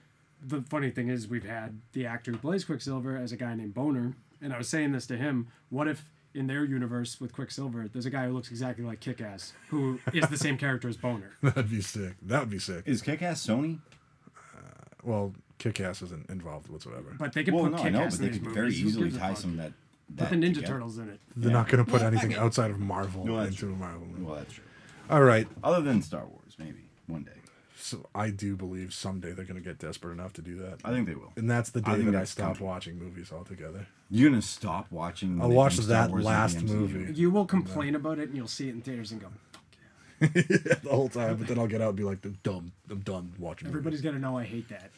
Speaker 3: the funny thing is we've had the actor who plays Quicksilver as a guy named Boner. And I was saying this to him: What if in their universe with Quicksilver, there's a guy who looks exactly like Kick-Ass, who is the same character as Boner?
Speaker 2: That'd be sick. That would be sick.
Speaker 1: Is Kick-Ass Sony?
Speaker 2: Well, Kick Ass isn't involved whatsoever.
Speaker 3: But they could
Speaker 1: Well,
Speaker 3: put
Speaker 1: no, I know,
Speaker 3: Kick-Ass
Speaker 1: but
Speaker 3: in
Speaker 1: they
Speaker 3: these
Speaker 1: could very
Speaker 3: movies. Who
Speaker 1: easily
Speaker 3: gives a
Speaker 1: tie
Speaker 3: fuck?
Speaker 1: some of that.
Speaker 3: Put
Speaker 1: that
Speaker 3: the Ninja
Speaker 1: together.
Speaker 3: Turtles in it.
Speaker 2: They're not going to put anything outside of Marvel
Speaker 1: No, that's
Speaker 2: into
Speaker 1: true.
Speaker 2: a Marvel movie.
Speaker 1: Well, that's true.
Speaker 2: All right.
Speaker 1: Other than Star Wars, maybe one day.
Speaker 2: So I do believe someday they're going to get desperate enough to do that.
Speaker 1: I think they will.
Speaker 2: and that's the
Speaker 1: I
Speaker 2: day
Speaker 1: think
Speaker 2: that I
Speaker 1: that's
Speaker 2: stop
Speaker 1: coming.
Speaker 2: watching movies altogether.
Speaker 1: You're gonna stop watching. when
Speaker 2: I'll
Speaker 1: they
Speaker 2: watch
Speaker 1: bring
Speaker 2: that
Speaker 1: Wars into
Speaker 2: last
Speaker 1: the MCU.
Speaker 2: movie.
Speaker 3: You will complain about it, and you'll see it in theaters and go, "Fuck yeah."
Speaker 2: the whole time, but then I'll get out and be like, "I'm dumb. I'm done watching." movies."
Speaker 3: Everybody's gonna know I hate that.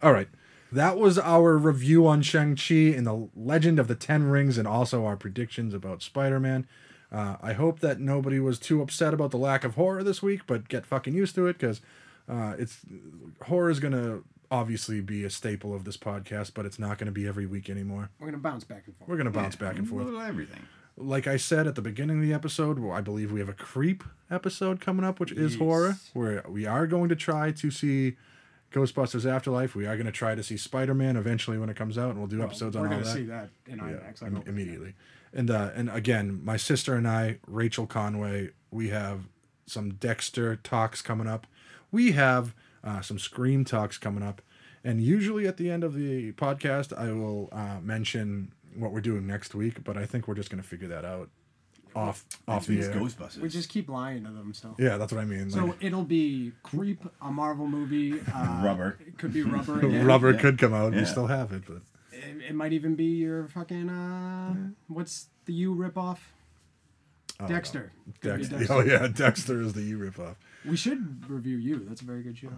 Speaker 2: All right. that was our review on Shang-Chi and the Legend of the Ten Rings and also our predictions about Spider-Man. Uh, I hope that nobody was too upset about the lack of horror this week, but get fucking used to it because uh, it's horror is gonna obviously be a staple of this podcast, but it's not gonna be every week anymore.
Speaker 3: We're gonna bounce back and forth.
Speaker 2: We're gonna bounce back and forth.
Speaker 1: Little Everything.
Speaker 2: Like I said at the beginning of the episode, well, I believe we have a creep episode coming up, which is
Speaker 3: Yes.
Speaker 2: horror. Where we are going to try to see Ghostbusters Afterlife. We are going to try to see Spider Man eventually when it comes out, and we'll do episodes
Speaker 3: We're
Speaker 2: on all
Speaker 3: gonna
Speaker 2: that.
Speaker 3: see that in IMAX. I
Speaker 2: Im-
Speaker 3: hope.
Speaker 2: immediately. And uh, and again, my sister and I, Rachel Conway, we have some Dexter talks coming up. We have uh, some Scream talks coming up. And usually at the end of the podcast, I will uh, mention what we're doing next week. But I think we're just going to figure that out off off the
Speaker 1: These
Speaker 2: air.
Speaker 1: Ghostbusters.
Speaker 3: We just keep lying to them. So
Speaker 2: Yeah, that's what I mean.
Speaker 3: so
Speaker 2: like,
Speaker 3: it'll be creep, a Marvel movie, uh,
Speaker 1: Rubber.
Speaker 3: It could be rubber. Again.
Speaker 2: rubber could come out. We
Speaker 1: Yeah.
Speaker 2: still have it, but
Speaker 3: It, it might even be your fucking uh, what's the U ripoff? Dexter. Could be
Speaker 2: Dexter.
Speaker 3: Uh, Dexter.
Speaker 2: Oh yeah, Dexter is the you ripoff.
Speaker 3: We should review you. That's a very good show.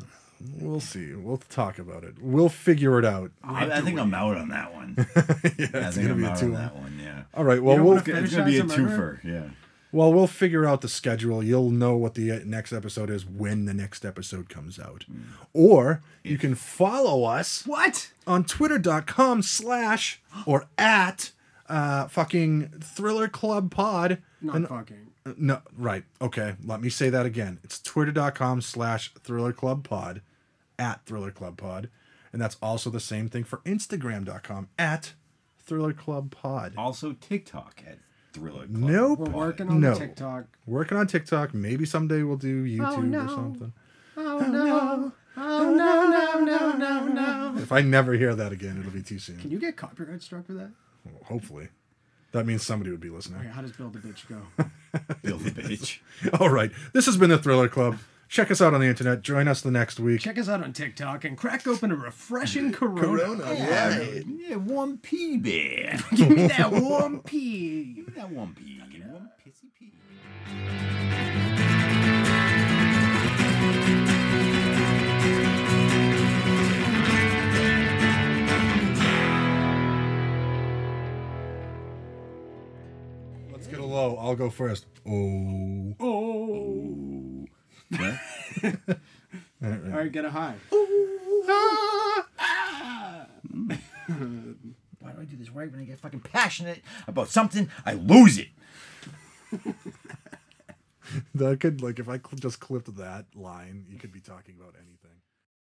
Speaker 2: We'll see. We'll talk about it. We'll figure it out.
Speaker 3: Ah.
Speaker 1: I, I think I'm out on that one. I think
Speaker 2: gonna
Speaker 1: I'm
Speaker 2: be a
Speaker 1: out on
Speaker 2: two-one.
Speaker 1: that one. Yeah.
Speaker 2: All right. Well,
Speaker 3: don't
Speaker 2: we'll
Speaker 3: wanna
Speaker 1: It's, it's gonna be a
Speaker 3: Franchise Oh, Murderer?
Speaker 1: twofer. Yeah.
Speaker 2: Well, we'll figure out the schedule. You'll know what the uh, next episode is when the next episode comes out. Or you can follow us
Speaker 3: What?
Speaker 2: on twitter.com slash or at uh, fucking Thriller Club Pod.
Speaker 3: Not
Speaker 2: And-
Speaker 3: fucking.
Speaker 2: uh, no, right. Okay. Let me say that again. It's twitter.com slash Thriller Club Pod at Thriller Club Pod. And that's also the same thing for Instagram.com at Thriller Club Pod.
Speaker 1: Also TikTok at Thriller. Club.
Speaker 2: Nope.
Speaker 3: We're working on
Speaker 2: no.
Speaker 3: the TikTok.
Speaker 2: Working on TikTok. Maybe someday we'll do YouTube or
Speaker 3: Oh, no.
Speaker 2: something.
Speaker 3: Oh no! Oh no! No! No! No! No!
Speaker 2: If I never hear that again, it'll be too soon.
Speaker 3: Can you get copyright struck for that?
Speaker 2: Hopefully. That means somebody would be
Speaker 3: Okay,
Speaker 2: listening.
Speaker 3: how does build a bitch go?
Speaker 1: Bill the bitch.
Speaker 2: All right. This has been the Thriller Club. Check us out on the internet. Join us the next week.
Speaker 3: Check us out on TikTok and crack open a refreshing Corona.
Speaker 1: Yeah, yeah, one pea bear. Give me that one pea. Give me that one pea. One pissy pea.
Speaker 2: Let's get a low. I'll go first. Oh.
Speaker 1: Oh. Yeah.
Speaker 3: All right, get a high.
Speaker 1: Why do I do this right when I get fucking passionate about something? I lose it.
Speaker 2: That could, like, if I cl- just clipped that line, you could be talking about anything.